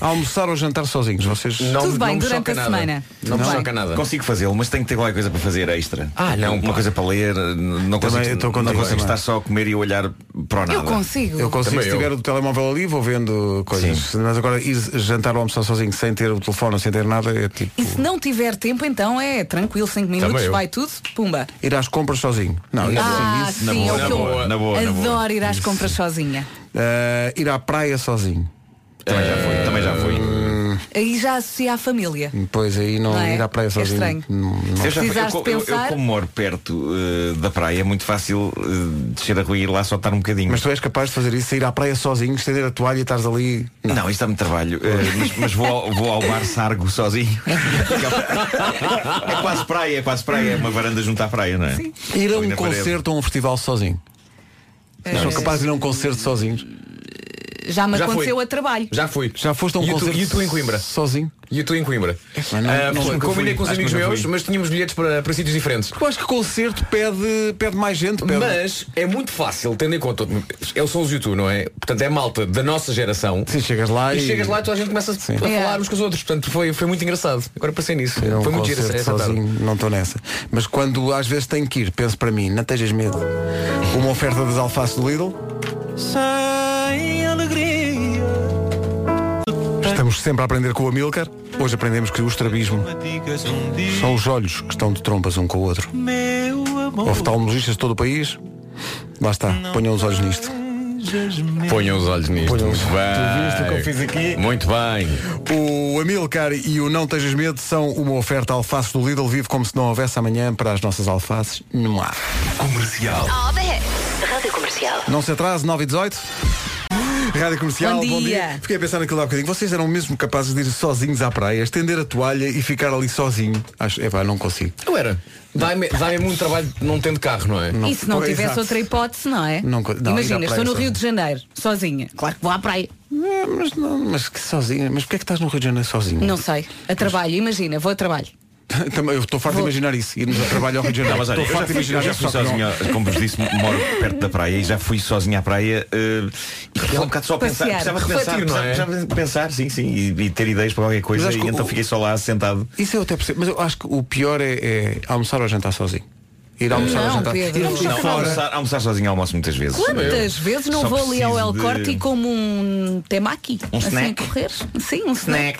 Speaker 1: Almoçar ou jantar sozinhos, vocês.
Speaker 4: Tudo bem, durante a semana.
Speaker 12: Não,
Speaker 1: é?
Speaker 4: Tudo bem.
Speaker 12: Consigo fazê-lo, mas tenho que ter qualquer coisa para fazer extra.
Speaker 2: Ah, não,
Speaker 12: Uma
Speaker 2: pá.
Speaker 12: coisa para ler, não
Speaker 1: Também eu
Speaker 12: consigo,
Speaker 1: estou
Speaker 12: não
Speaker 1: contigo,
Speaker 12: consigo
Speaker 1: também.
Speaker 12: estar só a comer e olhar para o nada.
Speaker 4: Eu consigo.
Speaker 1: Eu consigo,
Speaker 12: Também
Speaker 1: se
Speaker 12: eu.
Speaker 1: tiver o telemóvel ali, vou vendo coisas. Mas agora ir jantar ou almoçar sozinho sem ter o telefone ou sem ter nada é tipo.
Speaker 4: E se não tiver tempo, então é tranquilo, 5 minutos,
Speaker 1: eu.
Speaker 4: vai tudo, pumba.
Speaker 1: Ir às compras sozinho. Não, isso,
Speaker 4: ah,
Speaker 1: isso,
Speaker 4: sim, é o que eu adoro ir às compras sozinha.
Speaker 1: Eh, ir à praia sozinho.
Speaker 12: Também já foi, também já foi.
Speaker 4: Aí já associa à família.
Speaker 1: Pois aí não,
Speaker 4: Não é?
Speaker 1: ir à praia
Speaker 4: É
Speaker 1: sozinho.
Speaker 4: estranho.
Speaker 1: Não, não.
Speaker 12: Eu, já, eu,
Speaker 4: Precisaste
Speaker 12: eu, eu,
Speaker 4: pensar?
Speaker 12: como moro perto eh, da praia, é muito fácil eh, descer a rua e ir lá só estar um bocadinho.
Speaker 1: Mas tu és capaz de fazer isso, ir à praia sozinho, estender a toalha e estás ali.
Speaker 12: Não, isto dá-me trabalho. Eh, mas mas vou, ao, vou ao bar Sargo sozinho. é quase praia, é quase praia. É uma varanda junto à praia, não é?
Speaker 1: Ir a
Speaker 12: Ali
Speaker 1: um
Speaker 12: na parede.
Speaker 1: concerto ou um festival sozinho.
Speaker 4: Eh,
Speaker 1: São capazes de ir a um concerto sozinhos.
Speaker 4: Já me
Speaker 2: Já
Speaker 4: aconteceu
Speaker 2: fui.
Speaker 4: a trabalho.
Speaker 2: Já fui.
Speaker 1: Já foste a um
Speaker 2: e tu,
Speaker 1: concerto
Speaker 2: e tu em Coimbra?
Speaker 1: Sozinho?
Speaker 2: E tu em Coimbra?
Speaker 1: Mas não-
Speaker 2: Ah,
Speaker 1: não,
Speaker 2: foi-
Speaker 1: nunca
Speaker 2: combinei
Speaker 1: fui.
Speaker 2: com os
Speaker 1: Acho que
Speaker 2: amigos
Speaker 1: nunca
Speaker 2: meus,
Speaker 1: fui.
Speaker 2: mas tínhamos bilhetes para, para sítios diferentes.
Speaker 1: Eu acho que concerto pede, pede mais gente. Pede...
Speaker 2: Mas é muito fácil, tendo em conta. Eu sou os YouTube, não é? Portanto, é malta da nossa geração.
Speaker 1: Sim, chegas lá
Speaker 2: e,
Speaker 1: e-
Speaker 2: chegas lá e toda a gente começa a
Speaker 1: É.
Speaker 2: falar uns com os outros. Portanto, foi, foi muito engraçado. Agora pensei nisso.
Speaker 1: Ir a um
Speaker 2: foi muito giro
Speaker 1: concerto
Speaker 2: essa essa tarde.
Speaker 1: sozinho, não estou nessa. Mas quando às vezes tenho que ir, penso para mim, não tejas medo. Uma oferta das alfaces do Lidl.
Speaker 7: Sem alegria.
Speaker 1: Estamos sempre a aprender com o Amilcar. Hoje aprendemos que o estrabismo
Speaker 7: Digas um dia,
Speaker 1: são os olhos que estão de trompas um com o outro.
Speaker 7: meu amor.
Speaker 1: Oftalmologistas de todo o país. Lá está, ponham os olhos nisto.
Speaker 2: Ponham os olhos nisto. Muito bem.
Speaker 1: viste o que eu fiz aqui?
Speaker 2: Muito bem.
Speaker 1: O Amilcar e o Não Tejas Medo são uma oferta alfaces do Lidl. Vive como se não houvesse amanhã para as nossas alfaces. Não há.
Speaker 13: Comercial.
Speaker 10: All the hits. Rádio Comercial.
Speaker 1: Não se atrase, 9 e 18. Rádio Comercial,
Speaker 10: Bom dia.
Speaker 1: Fiquei a pensar naquilo há bocadinho. Vocês eram mesmo capazes de ir sozinhos à praia, estender a toalha e ficar ali sozinho? Acho, é, pá, não consigo.
Speaker 2: Eu era. Dá-me dá-me muito trabalho não tendo carro, não é?
Speaker 4: e se não tivesse outra hipótese, não é?
Speaker 2: Não co- não,
Speaker 4: Imagina,
Speaker 2: ir à
Speaker 4: estou
Speaker 2: praia
Speaker 4: no
Speaker 2: sozinho.
Speaker 4: Rio de Janeiro, sozinha. Claro que vou à praia.
Speaker 1: É, mas não, mas que sozinha. Mas porquê é que estás no Rio de Janeiro sozinho?
Speaker 4: Não sei. A trabalho, imagina, vou a trabalho.
Speaker 1: Também, eu estou farto de imaginar isso. Irmos a trabalho ao Rio de Janeiro.
Speaker 12: Não, mas olha,
Speaker 1: estou
Speaker 12: eu já
Speaker 1: farto de
Speaker 12: fui,
Speaker 1: imaginar
Speaker 12: eu já
Speaker 1: isso,
Speaker 12: fui
Speaker 1: só que
Speaker 12: sozinho,
Speaker 1: não.
Speaker 12: como vos disse, moro perto da praia e já fui sozinho à praia eh, e fiquei lá um bocado só a pensar.
Speaker 1: Passear,
Speaker 12: Precisava de pensar,
Speaker 1: refletir, não é?
Speaker 12: precisava de pensar, sim, sim, e, e ter ideias para qualquer coisa
Speaker 1: Mas acho
Speaker 12: e
Speaker 1: que
Speaker 12: então
Speaker 1: o-
Speaker 12: fiquei só lá sentado.
Speaker 1: Isso eu até percebo. Mas eu acho que o pior é, é almoçar ou jantar sozinho. Ir almoçar ou
Speaker 4: Não,
Speaker 1: jantar.
Speaker 4: Pedro.
Speaker 1: Ir
Speaker 4: Não,
Speaker 1: almoçar
Speaker 12: Não,
Speaker 1: fora.
Speaker 12: almoçar, almoçar sozinho almoço muitas vezes.
Speaker 4: Quantas vezes não
Speaker 12: Só
Speaker 4: vou ali ao El
Speaker 12: preciso
Speaker 4: Corte
Speaker 12: de-
Speaker 4: e como um temaki?
Speaker 12: Um
Speaker 4: assim
Speaker 12: snack.
Speaker 4: a correr? Sim, um snack.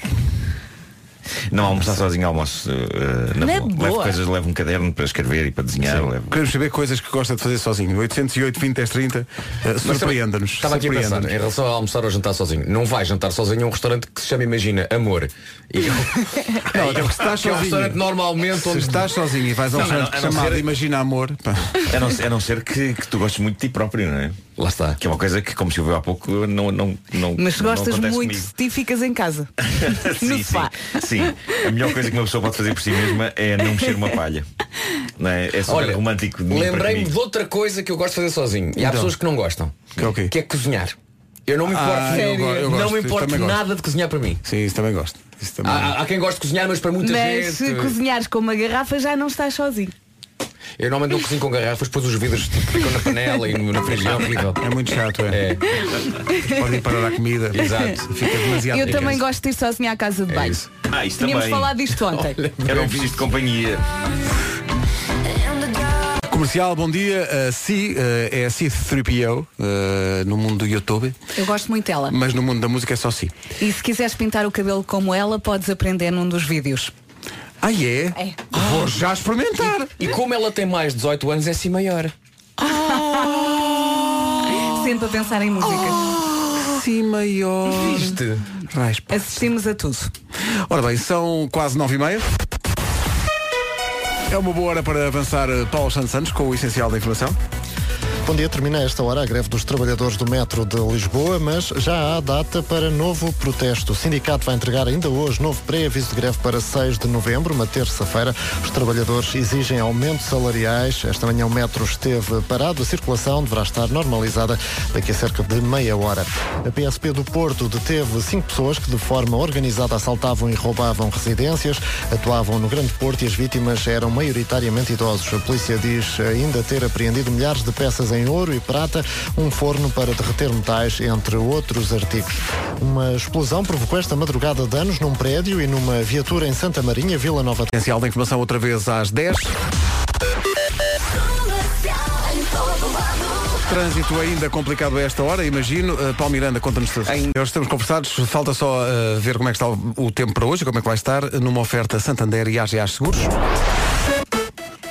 Speaker 12: Não, almoçar sozinho almoço. eh, na
Speaker 4: Na
Speaker 12: boa. Levo
Speaker 4: boa.
Speaker 12: coisas, levo um caderno para escrever e para desenhar. Levo...
Speaker 1: Queremos saber coisas que gosta de fazer sozinho. 808, 20, 10, 30. eh,
Speaker 2: Mas também,
Speaker 1: Surpreenda-nos.
Speaker 2: Estava aqui a pensar, em
Speaker 1: Surpreenda-nos.
Speaker 2: relação a almoçar ou jantar sozinho, não vai jantar sozinho a um restaurante que se chama, imagina, Amor. E
Speaker 1: Não, até porque se estás
Speaker 2: Que é um
Speaker 1: sozinho.
Speaker 2: restaurante normalmente
Speaker 1: se
Speaker 2: onde-
Speaker 1: estás sozinho e vais a um
Speaker 12: Não, não,
Speaker 1: restaurante
Speaker 12: a não
Speaker 1: chamado
Speaker 12: ser-
Speaker 1: Imagina Amor. pá.
Speaker 12: A não, ser- a não ser que, que tu gostes muito de ti próprio, não é?
Speaker 2: Lá está.
Speaker 12: Que é uma coisa que, como choveu há pouco, eu não, não, não,
Speaker 4: Mas
Speaker 12: não
Speaker 4: gostas
Speaker 12: acontece
Speaker 4: muito
Speaker 12: comigo.
Speaker 4: se ti ficas em casa.
Speaker 12: sim, sim, sim. A melhor coisa que uma pessoa pode fazer por si mesma é não mexer uma palha. Não é? é super
Speaker 2: Olha,
Speaker 12: romântico de mim para
Speaker 2: Lembrei-me
Speaker 12: comigo.
Speaker 2: de outra coisa que eu gosto de fazer sozinho. E há
Speaker 12: Então.
Speaker 2: pessoas que não gostam.
Speaker 1: Que é,
Speaker 2: cozinhar. Eu não me importo,
Speaker 1: Ah, eu go- eu
Speaker 2: não
Speaker 1: gosto.
Speaker 2: me importo
Speaker 1: Também gosto.
Speaker 2: nada de cozinhar para mim.
Speaker 1: Sim, isso também gosto. Isso também-
Speaker 2: Há, há quem gosta de cozinhar, mas para muita
Speaker 4: Mas se
Speaker 2: gente.
Speaker 4: cozinhares com uma garrafa já não estás sozinho.
Speaker 2: Eu normalmente não cozinho com garrafas, depois os vidros tipo, ficam na panela e no- na frigideira. É horrível.
Speaker 1: É muito chato, é. Pode ir parar a comida.
Speaker 2: Exato.
Speaker 1: Fica demasiado
Speaker 4: eu também gosto de ir sozinha à casa
Speaker 2: É
Speaker 4: de banho.
Speaker 12: Ah, isso
Speaker 4: Tínhamos
Speaker 12: também.
Speaker 4: falado disto ontem.
Speaker 12: Eu não preciso de companhia.
Speaker 1: Comercial, bom dia. Uh, si, uh, é Cid 3PO uh, no mundo do YouTube,
Speaker 4: Eu gosto muito dela.
Speaker 1: mas no mundo da música é só Si.
Speaker 4: E se quiseres pintar o cabelo como ela, podes aprender num dos vídeos.
Speaker 1: Ah, é?
Speaker 4: É.
Speaker 1: Vou já experimentar.
Speaker 2: E, e como ela tem mais 18 anos, é assim maior.
Speaker 4: Sempre a pensar em música.
Speaker 1: Si maior.
Speaker 2: Viste?
Speaker 1: Raspa.
Speaker 4: Assistimos a tudo.
Speaker 1: Ora bem, são quase nove e meia. É uma boa hora para avançar eh, Paulo Santos Santos com o essencial da informação.
Speaker 14: Bom dia, termina a esta hora a greve dos trabalhadores do metro de Lisboa, mas já há data para novo protesto. O sindicato vai entregar ainda hoje novo pré-aviso de greve para 6 de novembro, uma terça-feira. Os trabalhadores exigem aumentos salariais. Esta manhã o metro esteve parado, a circulação deverá estar normalizada daqui a cerca de meia hora. A PSP do Porto deteve cinco pessoas que de forma organizada assaltavam e roubavam residências, atuavam no Grande Porto e as vítimas eram maioritariamente idosos. A polícia diz ainda ter apreendido milhares de peças em ouro e prata, um forno para derreter metais, entre outros artigos. Uma explosão provocou esta madrugada danos num prédio e numa viatura em Santa Marinha, Vila Nova.
Speaker 1: Essencial da informação outra vez às 10. Trânsito ainda complicado a esta hora, imagino. Eh, Paulo Miranda, conta-nos tudo. Hoje estamos conversados, falta só eh, ver como é que está o, o tempo para hoje, e como é que vai estar, eh, numa oferta Santander e AGA Seguros.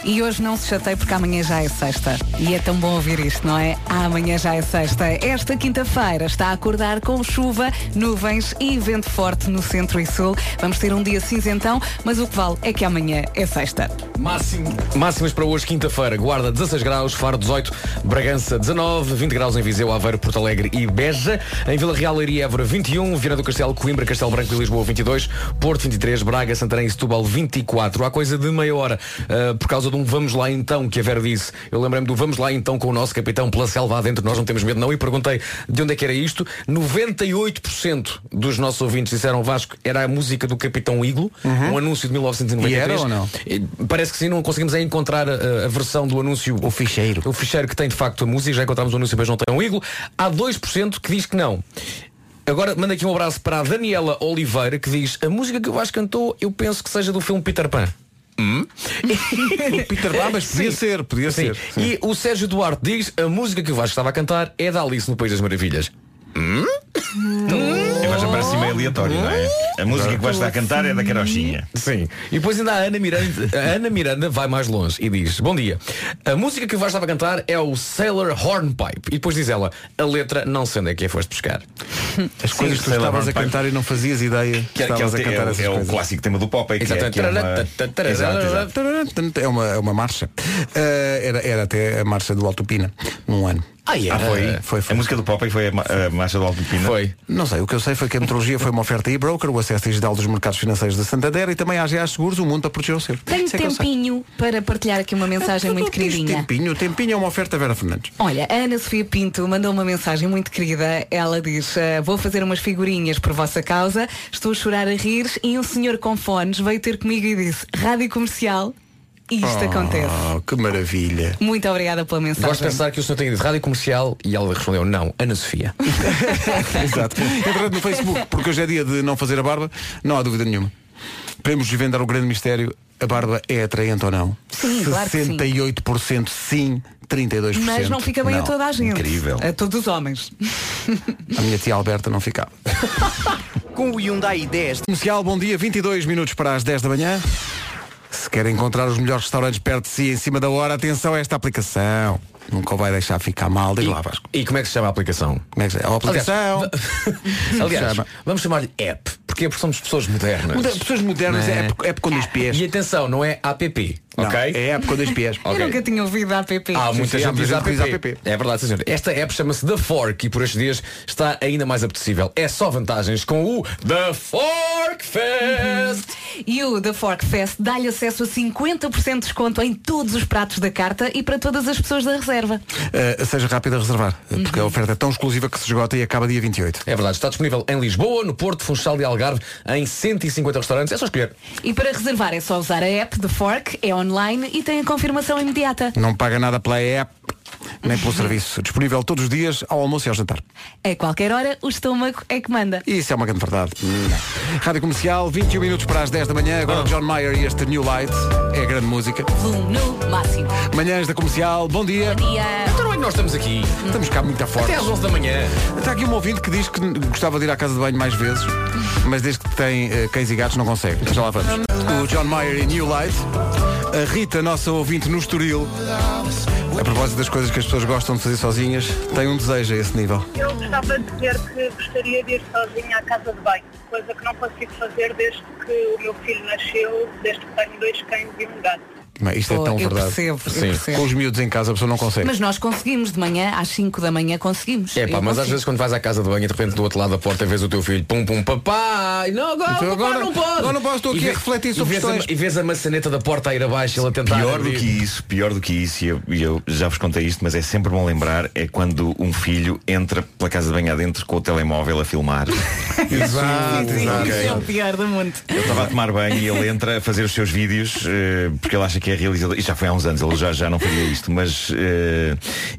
Speaker 4: E hoje não se chatei porque amanhã já é sexta. E é tão bom ouvir isto, não é? Amanhã já é sexta. Esta quinta-feira está a acordar com chuva, nuvens e vento forte no centro e sul. Vamos ter um dia cinzentão, mas o que vale é que amanhã é sexta.
Speaker 2: Máximo. Máximas para hoje, quinta-feira. Guarda 16 graus, Faro 18, Bragança 19, 20 graus em Viseu, Aveiro, Porto Alegre e Beja. Em Vila Real, Leiria e Évora 21, Viana do Castelo, Coimbra, Castelo Branco e Lisboa 22, Porto 23, Braga, Santarém e Setúbal 24. Há coisa de meia hora, ah, por causa de um vamos lá então que a Vera disse. Eu lembrei-me do vamos lá então com o nosso capitão pela selva adentro, nós não temos medo não, e perguntei de onde é que era isto. 98% dos nossos ouvintes disseram Vasco, era a música do Capitão Iglo,
Speaker 1: Uhum.
Speaker 2: um anúncio de 1993.
Speaker 1: E era ou não?
Speaker 2: E Parece que sim, não conseguimos aí encontrar eh, a, a versão do anúncio. O ficheiro. O ficheiro que tem de facto a música, já encontramos o anúncio, mas não tem um ígolo. Há 2% que diz que não. Agora manda aqui um abraço para a Daniela Oliveira que diz a música que o Vasco cantou eu penso que seja do filme Peter Pan. Hum?
Speaker 1: Peter Pan, mas podia ser, podia ser.
Speaker 2: Sim.
Speaker 1: Sim.
Speaker 2: E o Sérgio Duarte diz a música que o Vasco estava a cantar é da Alice no País das Maravilhas. Hum?
Speaker 12: Agora já parece meio aleatório, não é? A música que vais estar a cantar é da Carochinha.
Speaker 2: Sim. E depois ainda a Ana Miranda, a Ana Miranda vai mais longe e diz: Bom dia. A música que o Vasco estava a cantar é o Sailor Hornpipe. E depois diz ela: A letra não sei onde é que a foste buscar.
Speaker 1: As coisas que tu estavas a cantar e não fazias ideia que,
Speaker 12: Que, é- que é,
Speaker 1: estavas
Speaker 12: o,
Speaker 1: a
Speaker 12: te- é,
Speaker 1: cantar
Speaker 12: o-
Speaker 1: essas
Speaker 12: é o
Speaker 1: coisas.
Speaker 12: clássico tema do pop, é que é, que é uma... Exato, exato.
Speaker 1: Exatamente. É uma, é uma marcha. Eh, era, era até a marcha do Alto Pina, num ano.
Speaker 12: Ah, foi? A música do Popeye foi a, ma a marcha do Alto Pina?
Speaker 2: Foi.
Speaker 1: Não sei, o que eu sei foi que a metrologia foi uma oferta e-broker, o acesso digital dos mercados financeiros de Santander e também a AGA Seguros, o mundo para proteger o seu.
Speaker 4: Tenho
Speaker 1: Isso é que eu sei.
Speaker 4: tempinho para partilhar aqui uma mensagem muito queridinha.
Speaker 1: Tempinho, tempinho é uma oferta Vera Fernandes.
Speaker 4: Olha, a Ana Sofia Pinto mandou uma mensagem muito querida. Ela diz: "Ah, Vou fazer umas figurinhas por vossa causa, estou a chorar a rir e um senhor com fones veio ter comigo e disse: Rádio comercial, e isto acontece.
Speaker 1: Oh, que maravilha.
Speaker 4: Muito obrigada pela mensagem.
Speaker 2: Gosto de pensar que o senhor tem dito rádio comercial e ela respondeu: Não, Ana Sofia.
Speaker 1: Exato. Entrando no Facebook, porque hoje é dia de não fazer a barba, não há dúvida nenhuma. Queremos desvendar o grande mistério, a barba é atraente ou não?
Speaker 4: Sim, claro que sim.
Speaker 1: 68% sim, 32%.
Speaker 4: Mas não fica bem a toda a gente.
Speaker 1: Incrível.
Speaker 4: A todos os homens.
Speaker 1: A minha tia Alberta não ficava.
Speaker 15: Com o Hyundai 10.
Speaker 1: Comercial, bom dia, 22 minutos para as 10 da manhã. Se quer encontrar os melhores restaurantes perto de si em cima da hora, atenção a esta aplicação. Nunca o vai deixar ficar mal, diga lá Vasco.
Speaker 2: E como é que se chama a aplicação?
Speaker 1: Como é que se chama? A aplicação.
Speaker 2: Aliás, aliás, vamos chamar-lhe app, porque é porque somos pessoas modernas.
Speaker 1: Muda- pessoas modernas,
Speaker 2: Não
Speaker 1: é app- app com dois pés.
Speaker 2: E atenção, não é app. ok?
Speaker 1: É a app com dois pies.
Speaker 4: Eu nunca tinha ouvido a app.
Speaker 1: Ah.
Speaker 2: Há muita gente que diz
Speaker 1: que diz
Speaker 2: app. É verdade, sim, senhor. Esta app chama-se The Fork e por estes dias está ainda mais apetecível. É só vantagens com o The Fork Fest.
Speaker 4: E o The Fork Fest dá-lhe acesso a 50% de desconto em todos os pratos da carta e para todas as pessoas da reserva.
Speaker 1: Uh, seja rápido a reservar, uh, porque a
Speaker 2: Uhum.
Speaker 1: oferta é tão exclusiva que se esgota e acaba dia 28.
Speaker 2: É verdade, está disponível em Lisboa, no Porto, Funchal e Algarve, em 150 restaurantes. É só escolher.
Speaker 4: E para reservar é só usar a app The Fork, é online e tem a confirmação imediata.
Speaker 1: Não paga nada pela app, nem
Speaker 2: Uhum.
Speaker 1: pelo serviço. Disponível todos os dias, ao almoço e ao jantar.
Speaker 4: A qualquer hora, o estômago é que manda.
Speaker 1: Isso é uma grande verdade. Rádio Comercial, 21 minutos para as 10 da manhã.
Speaker 4: Ah.
Speaker 1: Agora John Mayer e este New Light. É grande música.
Speaker 4: Volume no máximo.
Speaker 1: Manhãs da Comercial, bom dia. Bom
Speaker 4: dia.
Speaker 2: Então é que nós estamos aqui.
Speaker 1: Estamos cá muito fortes.
Speaker 2: Até às 11 da manhã.
Speaker 4: Então.
Speaker 1: Está aqui um ouvinte que diz que gostava de ir à casa de banho mais vezes, mas desde que tem eh, cães e gatos não consegue. Já lá vamos. O John Mayer e New Light. A Rita, nossa ouvinte no Estoril. A propósito das coisas que as pessoas gostam de fazer sozinhas, tem um desejo a esse nível.
Speaker 16: Eu gostava de dizer que gostaria de ir sozinha à casa de banho, coisa que não consigo fazer desde que o meu filho nasceu, desde que tenho dois cães e um gato.
Speaker 1: Bem, Isto é
Speaker 4: Oh,
Speaker 1: tão
Speaker 4: eu
Speaker 1: verdade.
Speaker 4: percebo, eu
Speaker 1: Sim.
Speaker 4: percebo.
Speaker 1: Com os miúdos em casa a pessoa não consegue.
Speaker 4: Mas nós conseguimos de manhã, às 5 da manhã conseguimos.
Speaker 2: É pá,
Speaker 4: Eu
Speaker 2: mas às
Speaker 4: consigo.
Speaker 2: vezes quando vais à casa de banho e de repente do outro lado da porta vês o teu filho, pum pum, papai, não, agora,
Speaker 1: Então
Speaker 2: papai,
Speaker 1: agora-
Speaker 2: não pode.
Speaker 1: agora não posso, estou
Speaker 2: E
Speaker 1: aqui a
Speaker 2: vê-
Speaker 1: refletir
Speaker 2: e
Speaker 1: sobre
Speaker 2: vês a-
Speaker 1: questões.
Speaker 2: E vês a maçaneta da porta a ir abaixo e ele a tentar
Speaker 12: Pior do
Speaker 2: abrir.
Speaker 12: que isso, pior do que isso, e eu, e eu já vos contei isto, mas é sempre bom lembrar, é quando um filho entra pela casa de banho adentro com o telemóvel a filmar.
Speaker 1: Exato,
Speaker 4: Sim,
Speaker 12: exato.
Speaker 4: Isso é o pior do mundo.
Speaker 12: Ele estava a tomar banho e ele entra a fazer os seus vídeos eh, porque ele acha que é realizador. Isto já foi há uns anos, ele já, já não fazia isto, mas. eh,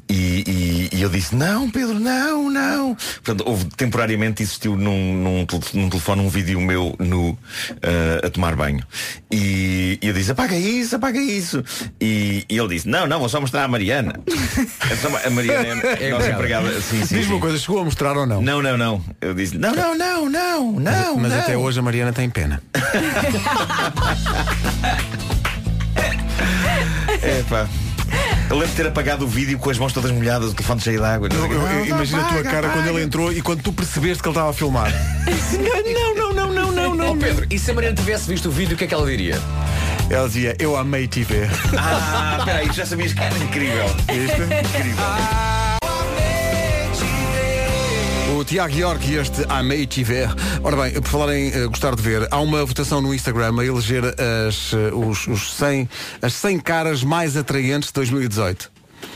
Speaker 12: e, e, e eu disse: Não, Pedro, não, não. Portanto, houve, temporariamente existiu num, num, tel- num telefone um vídeo meu nu eh, a tomar banho. E, e eu disse: Apaga isso, apaga isso. E, e ele disse: Não, não, vou só mostrar à Mariana. Então, a Mariana é, é nossa empregada. Sim, sim,
Speaker 1: Diz-me
Speaker 12: sim.
Speaker 1: uma coisa, chegou a mostrar ou não?
Speaker 12: Não, não, não. Eu disse: Não, não, não, não, não.
Speaker 1: mas
Speaker 12: não."
Speaker 1: até hoje a Mariana tem pena.
Speaker 12: É pá. Eu lembro de ter apagado o vídeo com as mãos todas molhadas, o telefone cheio de água.
Speaker 1: Eu- eu- eu imagino a tua cara quando ele entrou e quando tu percebeste que ele estava a filmar.
Speaker 2: Não, não, não, não, não, não. Pedro, e se a Mariana tivesse visto o vídeo, o que é que ela diria?
Speaker 1: Ela dizia, eu amei te ver.
Speaker 12: Ah, peraí, já sabias que era incrível.
Speaker 1: Viste?
Speaker 12: Incrível.
Speaker 1: O Tiago York e este Amei Tiver. Ora bem, por falar em eh, gostar de ver, há uma votação no Instagram a eleger as, eh, os, os 100, as 100 caras mais atraentes de 2018.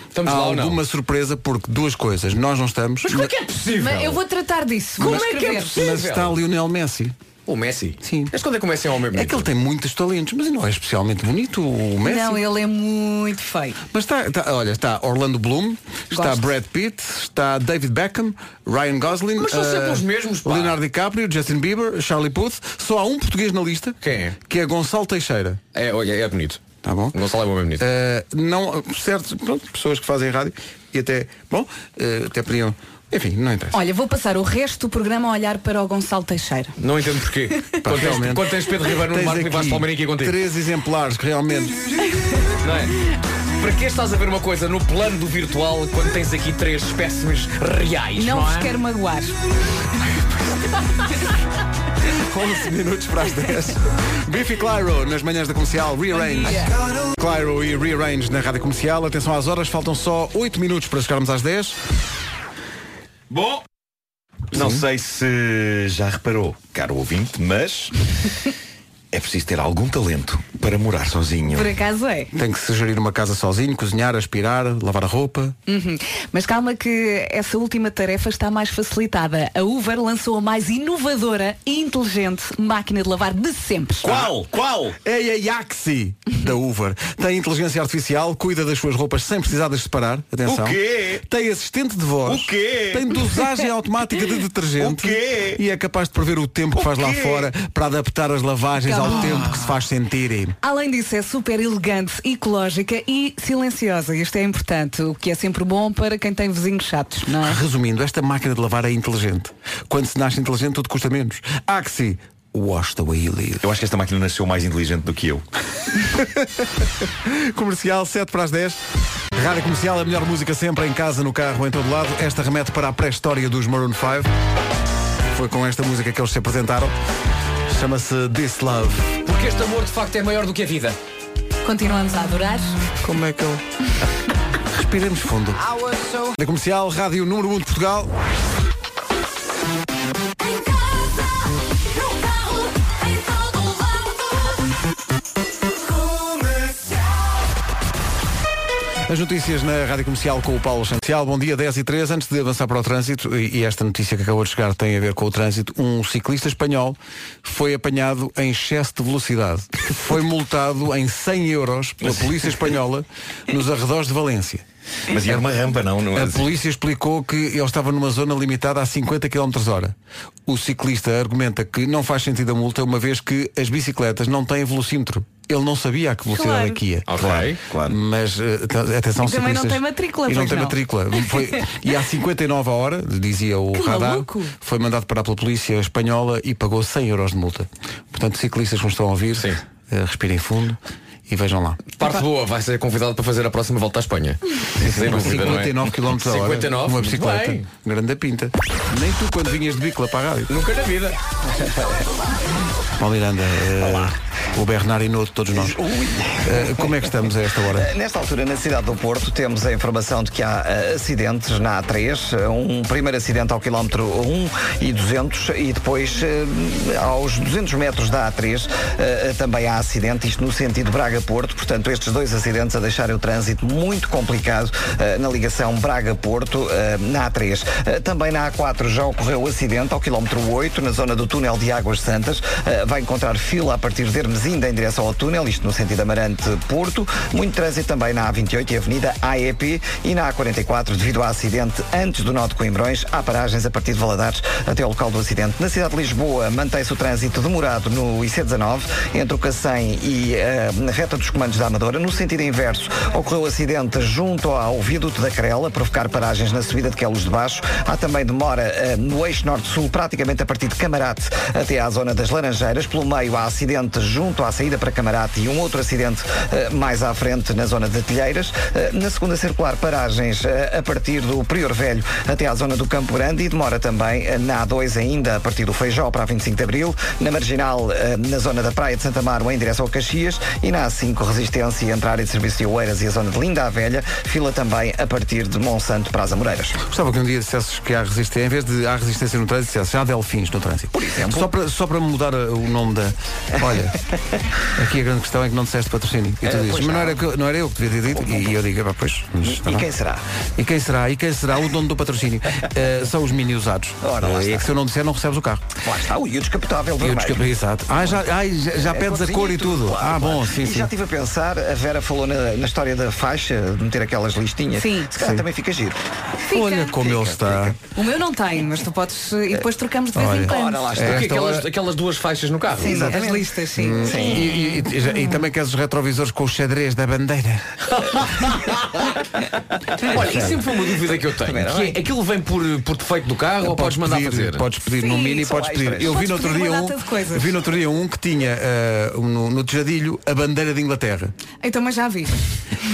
Speaker 2: Estamos
Speaker 1: há
Speaker 2: lá ou não?
Speaker 1: alguma surpresa porque duas coisas, nós não estamos.
Speaker 2: Mas como é que é possível?
Speaker 4: Mas eu vou tratar disso.
Speaker 2: Como
Speaker 4: vou
Speaker 2: é que é
Speaker 4: escrever.
Speaker 2: possível?
Speaker 1: Mas está Lionel Messi.
Speaker 2: O Messi?
Speaker 1: Sim.
Speaker 2: Mas quando é que o Messi é um homem
Speaker 1: É
Speaker 2: bonito?
Speaker 1: que ele tem muitos talentos, mas não é especialmente bonito o Messi.
Speaker 4: Não, ele é muito feio.
Speaker 1: Mas está, está- olha, está Orlando Bloom, está
Speaker 4: Gosto.
Speaker 1: Brad Pitt, está David Beckham, Ryan Gosling,
Speaker 2: Mas são
Speaker 1: eh,
Speaker 2: sempre os mesmos, pá.
Speaker 1: Leonardo DiCaprio, Justin Bieber, Charlie Puth. Só há um português na lista,
Speaker 2: Quem é?
Speaker 1: que é Gonçalo Teixeira.
Speaker 2: É, olha, é bonito.
Speaker 1: Tá bom?
Speaker 2: O Gonçalo é um homem bonito.
Speaker 1: Eh, não, certo, pronto, pessoas que fazem rádio e até, bom, eh, até podiam, enfim, não interessa.
Speaker 4: Olha, vou passar o resto do programa a olhar para o Gonçalo Teixeira.
Speaker 2: Não entendo porquê.
Speaker 1: Pá,
Speaker 2: quando, tens,
Speaker 1: realmente.
Speaker 2: quando tens Pedro Ribeiro no
Speaker 1: Tens
Speaker 2: Marco e Vasco
Speaker 1: aqui
Speaker 2: Palmeirinho aqui contigo.
Speaker 1: Três exemplares que realmente
Speaker 2: Não é? Para que estás a ver uma coisa no plano do virtual quando tens aqui três espécimes reais? Não,
Speaker 4: Não vos
Speaker 2: é?
Speaker 4: quero magoar.
Speaker 1: 11 minutos para as 10. Biff e Clyro nas manhãs da comercial Rearrange. Clyro e Rearrange na rádio comercial. Atenção às horas, faltam só 8 minutos para chegarmos às 10.
Speaker 12: Bom. Não sei se já reparou, caro ouvinte, mas é preciso ter algum talento para morar sozinho.
Speaker 4: Por acaso é.
Speaker 1: Tem que se gerir uma casa sozinho, cozinhar, aspirar, lavar a roupa.
Speaker 4: Uhum. Mas calma que essa última tarefa está mais facilitada. A Uber lançou a mais inovadora e inteligente máquina de lavar de sempre.
Speaker 12: Qual? Qual?
Speaker 1: É a Yaxi da Uber. Tem inteligência artificial, cuida das suas roupas sem precisar de as separar. Atenção.
Speaker 12: O quê?
Speaker 1: Tem assistente de voz.
Speaker 12: O quê?
Speaker 1: Tem dosagem automática de detergente.
Speaker 12: O quê?
Speaker 1: E é capaz de prever o tempo que faz lá
Speaker 12: quê?
Speaker 1: fora para adaptar as lavagens ao
Speaker 4: Calma.
Speaker 1: tempo que se faz sentir.
Speaker 4: Além disso, é super elegante, ecológica e silenciosa. Isto é importante, o que é sempre bom para quem tem vizinhos chatos, não é?
Speaker 1: Resumindo, esta máquina de lavar é inteligente. Quando se nasce inteligente, tudo custa menos. Axi, wash the way you live.
Speaker 12: Eu acho que esta máquina nasceu mais inteligente do que eu.
Speaker 1: Comercial, 7 para as 10. Rádio Comercial, a melhor música sempre, em casa, no carro, em todo lado. Esta remete para a pré-história dos Maroon 5. Foi com esta música que eles se apresentaram. Chama-se This Love.
Speaker 2: Porque este amor de facto é maior do que a vida.
Speaker 4: Continuamos a adorar.
Speaker 1: Como é que eu. Respiremos fundo. Na comercial, rádio número 1 de Portugal. As notícias na Rádio Comercial com o Paulo Santial. Bom dia, 10 e 3. Antes de avançar para o trânsito, e e esta notícia que acabou de chegar tem a ver com o trânsito, um ciclista espanhol foi apanhado em excesso de velocidade. Foi multado em 100 euros pela polícia espanhola nos arredores de Valência.
Speaker 12: Mas era uma rampa, não? Não é
Speaker 1: A
Speaker 12: assim?
Speaker 1: polícia explicou que ele estava numa zona limitada a 50 km hora. O ciclista argumenta que não faz sentido a multa, uma vez que as bicicletas não têm velocímetro. Ele não sabia a que velocidade
Speaker 4: Claro.
Speaker 1: é que ia. Claro, claro. Mas eh, t- atenção,
Speaker 4: E também não
Speaker 1: ciclistas.
Speaker 4: tem matrícula,
Speaker 1: E não
Speaker 4: pois
Speaker 1: tem
Speaker 4: não.
Speaker 1: matrícula. Foi- e à 59 a hora, dizia o
Speaker 4: Que
Speaker 1: radar,
Speaker 4: maluco.
Speaker 1: foi mandado parar pela polícia espanhola e pagou 100 euros de multa. Portanto, ciclistas que nos estão a ouvir, eh, respirem fundo e vejam lá.
Speaker 2: Parte boa, vai ser convidado para fazer a próxima volta à Espanha. Sem dúvida, não é?
Speaker 1: 59 km a hora
Speaker 2: 59,
Speaker 1: numa
Speaker 2: muito
Speaker 1: bicicleta.
Speaker 2: bem.
Speaker 1: Grande pinta. Nem tu quando vinhas de bicla para a rádio.
Speaker 2: Nunca na vida.
Speaker 1: Paulo Miranda, eh, o Bernardo Inoto, todos nós. Eh, como é que estamos a esta hora?
Speaker 3: Eh, Nesta altura, na cidade do Porto, temos a informação de que há eh, acidentes na A3, eh, um primeiro acidente ao quilómetro 1 e 200 e depois eh, aos 200 metros da A3 eh, também há acidente, isto no sentido Braga-Porto, portanto estes dois acidentes a deixarem o trânsito muito complicado eh, na ligação Braga-Porto eh, na A3. Eh, Também na A4 já ocorreu acidente ao quilómetro 8 na zona do túnel de Águas Santas, Eh, vai encontrar fila a partir de Hermesinda em direção ao túnel, isto no sentido Amarante-Porto, muito trânsito também na A28 e Avenida AEP e na A44 devido a acidente antes do nó de Coimbrões. Há paragens a partir de Valadares até ao local do acidente. Na cidade de Lisboa mantém-se o trânsito demorado no IC19 entre o Cacém e eh, na reta dos comandos da Amadora. No sentido inverso, ocorreu acidente junto ao viaduto da Carela, a provocar paragens na subida de Quelos de Baixo. Há também demora eh, no eixo norte-sul, praticamente a partir de Camarate até à zona das Laranjeiras. Pelo meio há acidente junto à saída para Camarate e um outro acidente eh, mais à frente na zona de Telheiras. Eh, na segunda circular, paragens eh, a partir do Prior Velho até à zona do Campo Grande e demora também eh, na A2 ainda a partir do Feijó para a 25 de Abril. Na marginal, eh, na zona da Praia de Santa Amaro em direção ao Caxias e na A5 Resistência entre a área de serviço de Oeiras e a zona de Linda a Velha. Fila também a partir de Monsanto para as Amoreiras.
Speaker 1: Gostava que um dia dissesses que há resistência, em vez de há resistência no trânsito, dissesses há delfins no trânsito. Por exemplo. Só para, só para mudar uh, o nome da. Olha, aqui a grande questão é que não disseste patrocínio. E tu
Speaker 3: Eh,
Speaker 1: dizes,
Speaker 3: pois
Speaker 1: mas não
Speaker 3: não.
Speaker 1: era, que eu- não era eu que devia ter dito. E, e eu digo, "Epá, pois. mas está
Speaker 3: E
Speaker 1: bem."
Speaker 3: quem será?
Speaker 1: E quem será? E quem será o dono do patrocínio? Eh, são os mini usados.
Speaker 3: Ora, lá
Speaker 1: Eh,
Speaker 3: está.
Speaker 1: e que se eu não disser, não recebes o carro.
Speaker 3: Lá está, o- e o descapotável
Speaker 1: E o
Speaker 3: vermelho.
Speaker 1: descobri, exato. Ah, já, ai, já, já
Speaker 3: É,
Speaker 1: pedes a
Speaker 3: corzinha
Speaker 1: cor e tudo.
Speaker 3: claro,
Speaker 1: ah,
Speaker 3: claro.
Speaker 1: bom, sim,
Speaker 3: E
Speaker 1: sim.
Speaker 3: já estive a pensar, a Vera falou na, na história da faixa, de meter aquelas listinhas.
Speaker 4: Sim.
Speaker 3: Se calhar
Speaker 4: Sim.
Speaker 3: também fica giro.
Speaker 4: Fica.
Speaker 1: Olha como é. ele está.
Speaker 4: O meu não tem, mas tu podes. eh, E depois trocamos de vez em
Speaker 1: Olha.
Speaker 4: quando.
Speaker 1: Ora lá está.
Speaker 2: Porquê?
Speaker 1: É, Esta
Speaker 2: aquelas,
Speaker 1: hora-
Speaker 2: aquelas duas faixas no carro.
Speaker 4: Sim, as listas, sim.
Speaker 1: Hum, E, e- e- já- e também queres os retrovisores com o xadrez da bandeira.
Speaker 2: Olha, isso sempre foi uma dúvida que eu tenho.
Speaker 1: Também não
Speaker 2: Que é, aquilo vem por, por defeito do carro ou podes mandar
Speaker 1: pedir,
Speaker 2: fazer?
Speaker 1: Podes pedir no mini, podes pedir. Eu vi no, outro dia um, vi no outro dia um que tinha ah, um no, no tejadilho a bandeira de Inglaterra.
Speaker 4: Então, mas já vi.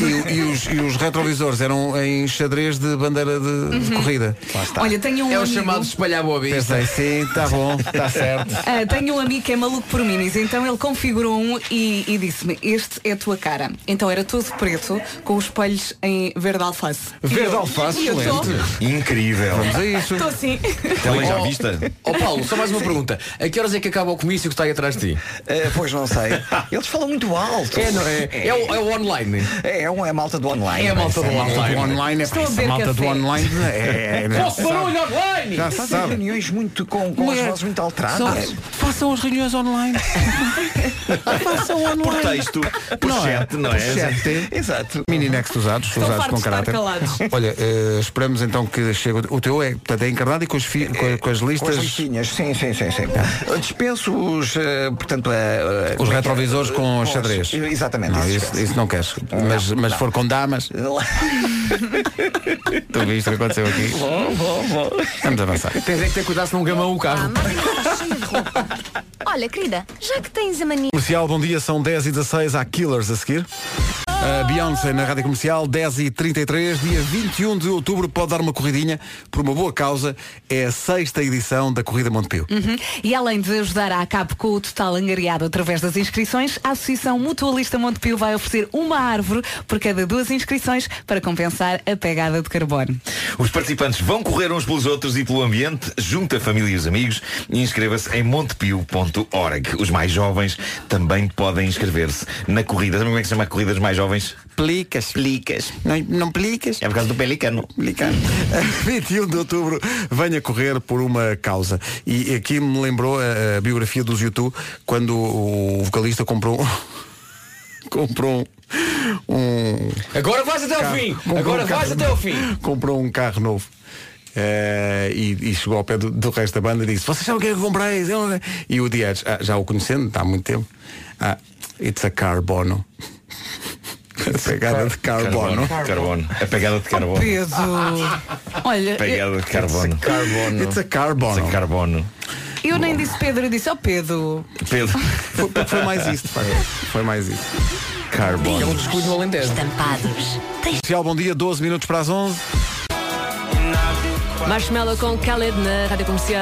Speaker 1: E, o- e os, e os retrovisores eram em xadrez de bandeira de, de
Speaker 4: Uhum.
Speaker 1: corrida.
Speaker 4: Olha, tenho um
Speaker 1: É o
Speaker 4: amigo-
Speaker 1: chamado
Speaker 2: espalhar boa vista.
Speaker 1: Pensei, sim, está bom, está certo.
Speaker 4: Ah, tenho um amigo que é maluco por minis, então ele configurou um e, e disse-me, este é a tua cara. Então era todo preto, com os espelhos em verde alface.
Speaker 1: Verde
Speaker 4: E eu-
Speaker 1: alface,
Speaker 4: e eu tô-
Speaker 1: excelente.
Speaker 12: Incrível.
Speaker 1: Vamos é. a é isso.
Speaker 4: Estou sim.
Speaker 12: Telejá
Speaker 2: Oh,
Speaker 12: vista?
Speaker 2: Ó Paulo, só mais uma pergunta. A que horas é que acaba o comício que está aí atrás de ti?
Speaker 1: É.
Speaker 3: Eh, pois não sei. Eles falam muito alto.
Speaker 2: É, não é? É o, é o online.
Speaker 3: É, é, um, é a malta do online.
Speaker 2: É a malta do online.
Speaker 1: online, é
Speaker 2: Estou a
Speaker 1: preciso.
Speaker 2: beber
Speaker 1: malta
Speaker 2: café.
Speaker 1: do online é. é-
Speaker 2: Posso um barulho online?
Speaker 1: Já se
Speaker 3: Fazem
Speaker 1: sabe. É.
Speaker 3: reuniões muito com, com as
Speaker 1: Mulher,
Speaker 3: vozes muito
Speaker 1: só-
Speaker 3: alteradas.
Speaker 1: Façam as reuniões online. Façam online.
Speaker 12: Por texto, por
Speaker 1: Não é?
Speaker 12: chat, não é?
Speaker 1: Por chat.
Speaker 3: Exato.
Speaker 1: Mini Next usados,
Speaker 12: Estão
Speaker 1: usados
Speaker 12: fartos
Speaker 1: com
Speaker 12: de
Speaker 1: caráter.
Speaker 12: estar calados.
Speaker 1: Olha, eh, esperamos então que chegue. O o teu é, portanto, é encarnado e com as, fi- com, com as listas.
Speaker 3: Com as listinhas, sim, sim, sim, sim. Eu Dispenso os, eh, portanto, eh,
Speaker 1: É. Os
Speaker 3: eh,
Speaker 1: retrovisores com
Speaker 3: eh,
Speaker 1: os xadrez.
Speaker 3: Exatamente.
Speaker 1: Não,
Speaker 3: esses
Speaker 1: isso, isso não queres. Mas, mas se for com damas. tu viste o que aconteceu aqui.
Speaker 3: Bom, bom, bom.
Speaker 1: Vamos avançar.
Speaker 2: Tens é que ter cuidado se não gamão o carro.
Speaker 17: Olha, querida, já que tens a mania.
Speaker 1: Comercial, bom dia, são 10 e 16 há Killers a seguir. A Beyoncé na Rádio Comercial, 10h33, dia 21 de outubro, pode dar uma corridinha por uma boa causa. É a sexta edição da Corrida Montepio.
Speaker 4: Uhum. E além de ajudar à CAP com o total angariado através das inscrições, a Associação Mutualista Montepio vai oferecer uma árvore por cada duas inscrições para compensar a pegada de carbono.
Speaker 12: Os participantes vão correr uns pelos outros e pelo ambiente, junta a família e os amigos e inscreva-se em montepio.org. Os mais jovens também podem inscrever-se na corrida. Sabe como é que se chama a corrida dos mais jovens?
Speaker 1: Plicas.
Speaker 12: Plicas.
Speaker 1: Não, não plicas?
Speaker 12: É por causa do pelicano.
Speaker 1: Pelicano. 21 de outubro, venha correr por uma causa. E aqui me lembrou a, a biografia dos YouTube, quando o vocalista comprou comprou um, um
Speaker 2: Agora vais até ao
Speaker 1: carro.
Speaker 2: fim.
Speaker 1: Comprou
Speaker 2: Agora
Speaker 1: um
Speaker 2: vais
Speaker 1: carro
Speaker 2: até ao
Speaker 1: novo.
Speaker 2: fim.
Speaker 1: Comprou um carro novo. Eh, e, e chegou ao pé do, do resto da banda e disse, vocês sabem o que é que eu comprei? Eu- E o Dias, "Ah, já o conhecendo, há muito tempo. Ah, it's a carbono. a pegada de carbono.
Speaker 12: Carbono. Carbono. A pegada de carbono.
Speaker 4: Peso. Olha, eu,
Speaker 12: Pegada de carbono. Carbono.
Speaker 1: It's a carbono.
Speaker 12: It's a carbono.
Speaker 4: eu nem disse Pedro, eu disse, ó Pedro.
Speaker 12: Pedro.
Speaker 1: Foi, foi mais isso, de facto. Foi mais isso.
Speaker 12: Carbono.
Speaker 2: descuido no Alentejo.
Speaker 17: Estampados.
Speaker 1: Comercial, bom dia, 12 minutos para as 11.
Speaker 17: Marshmallow com Khaled na Rádio Comercial.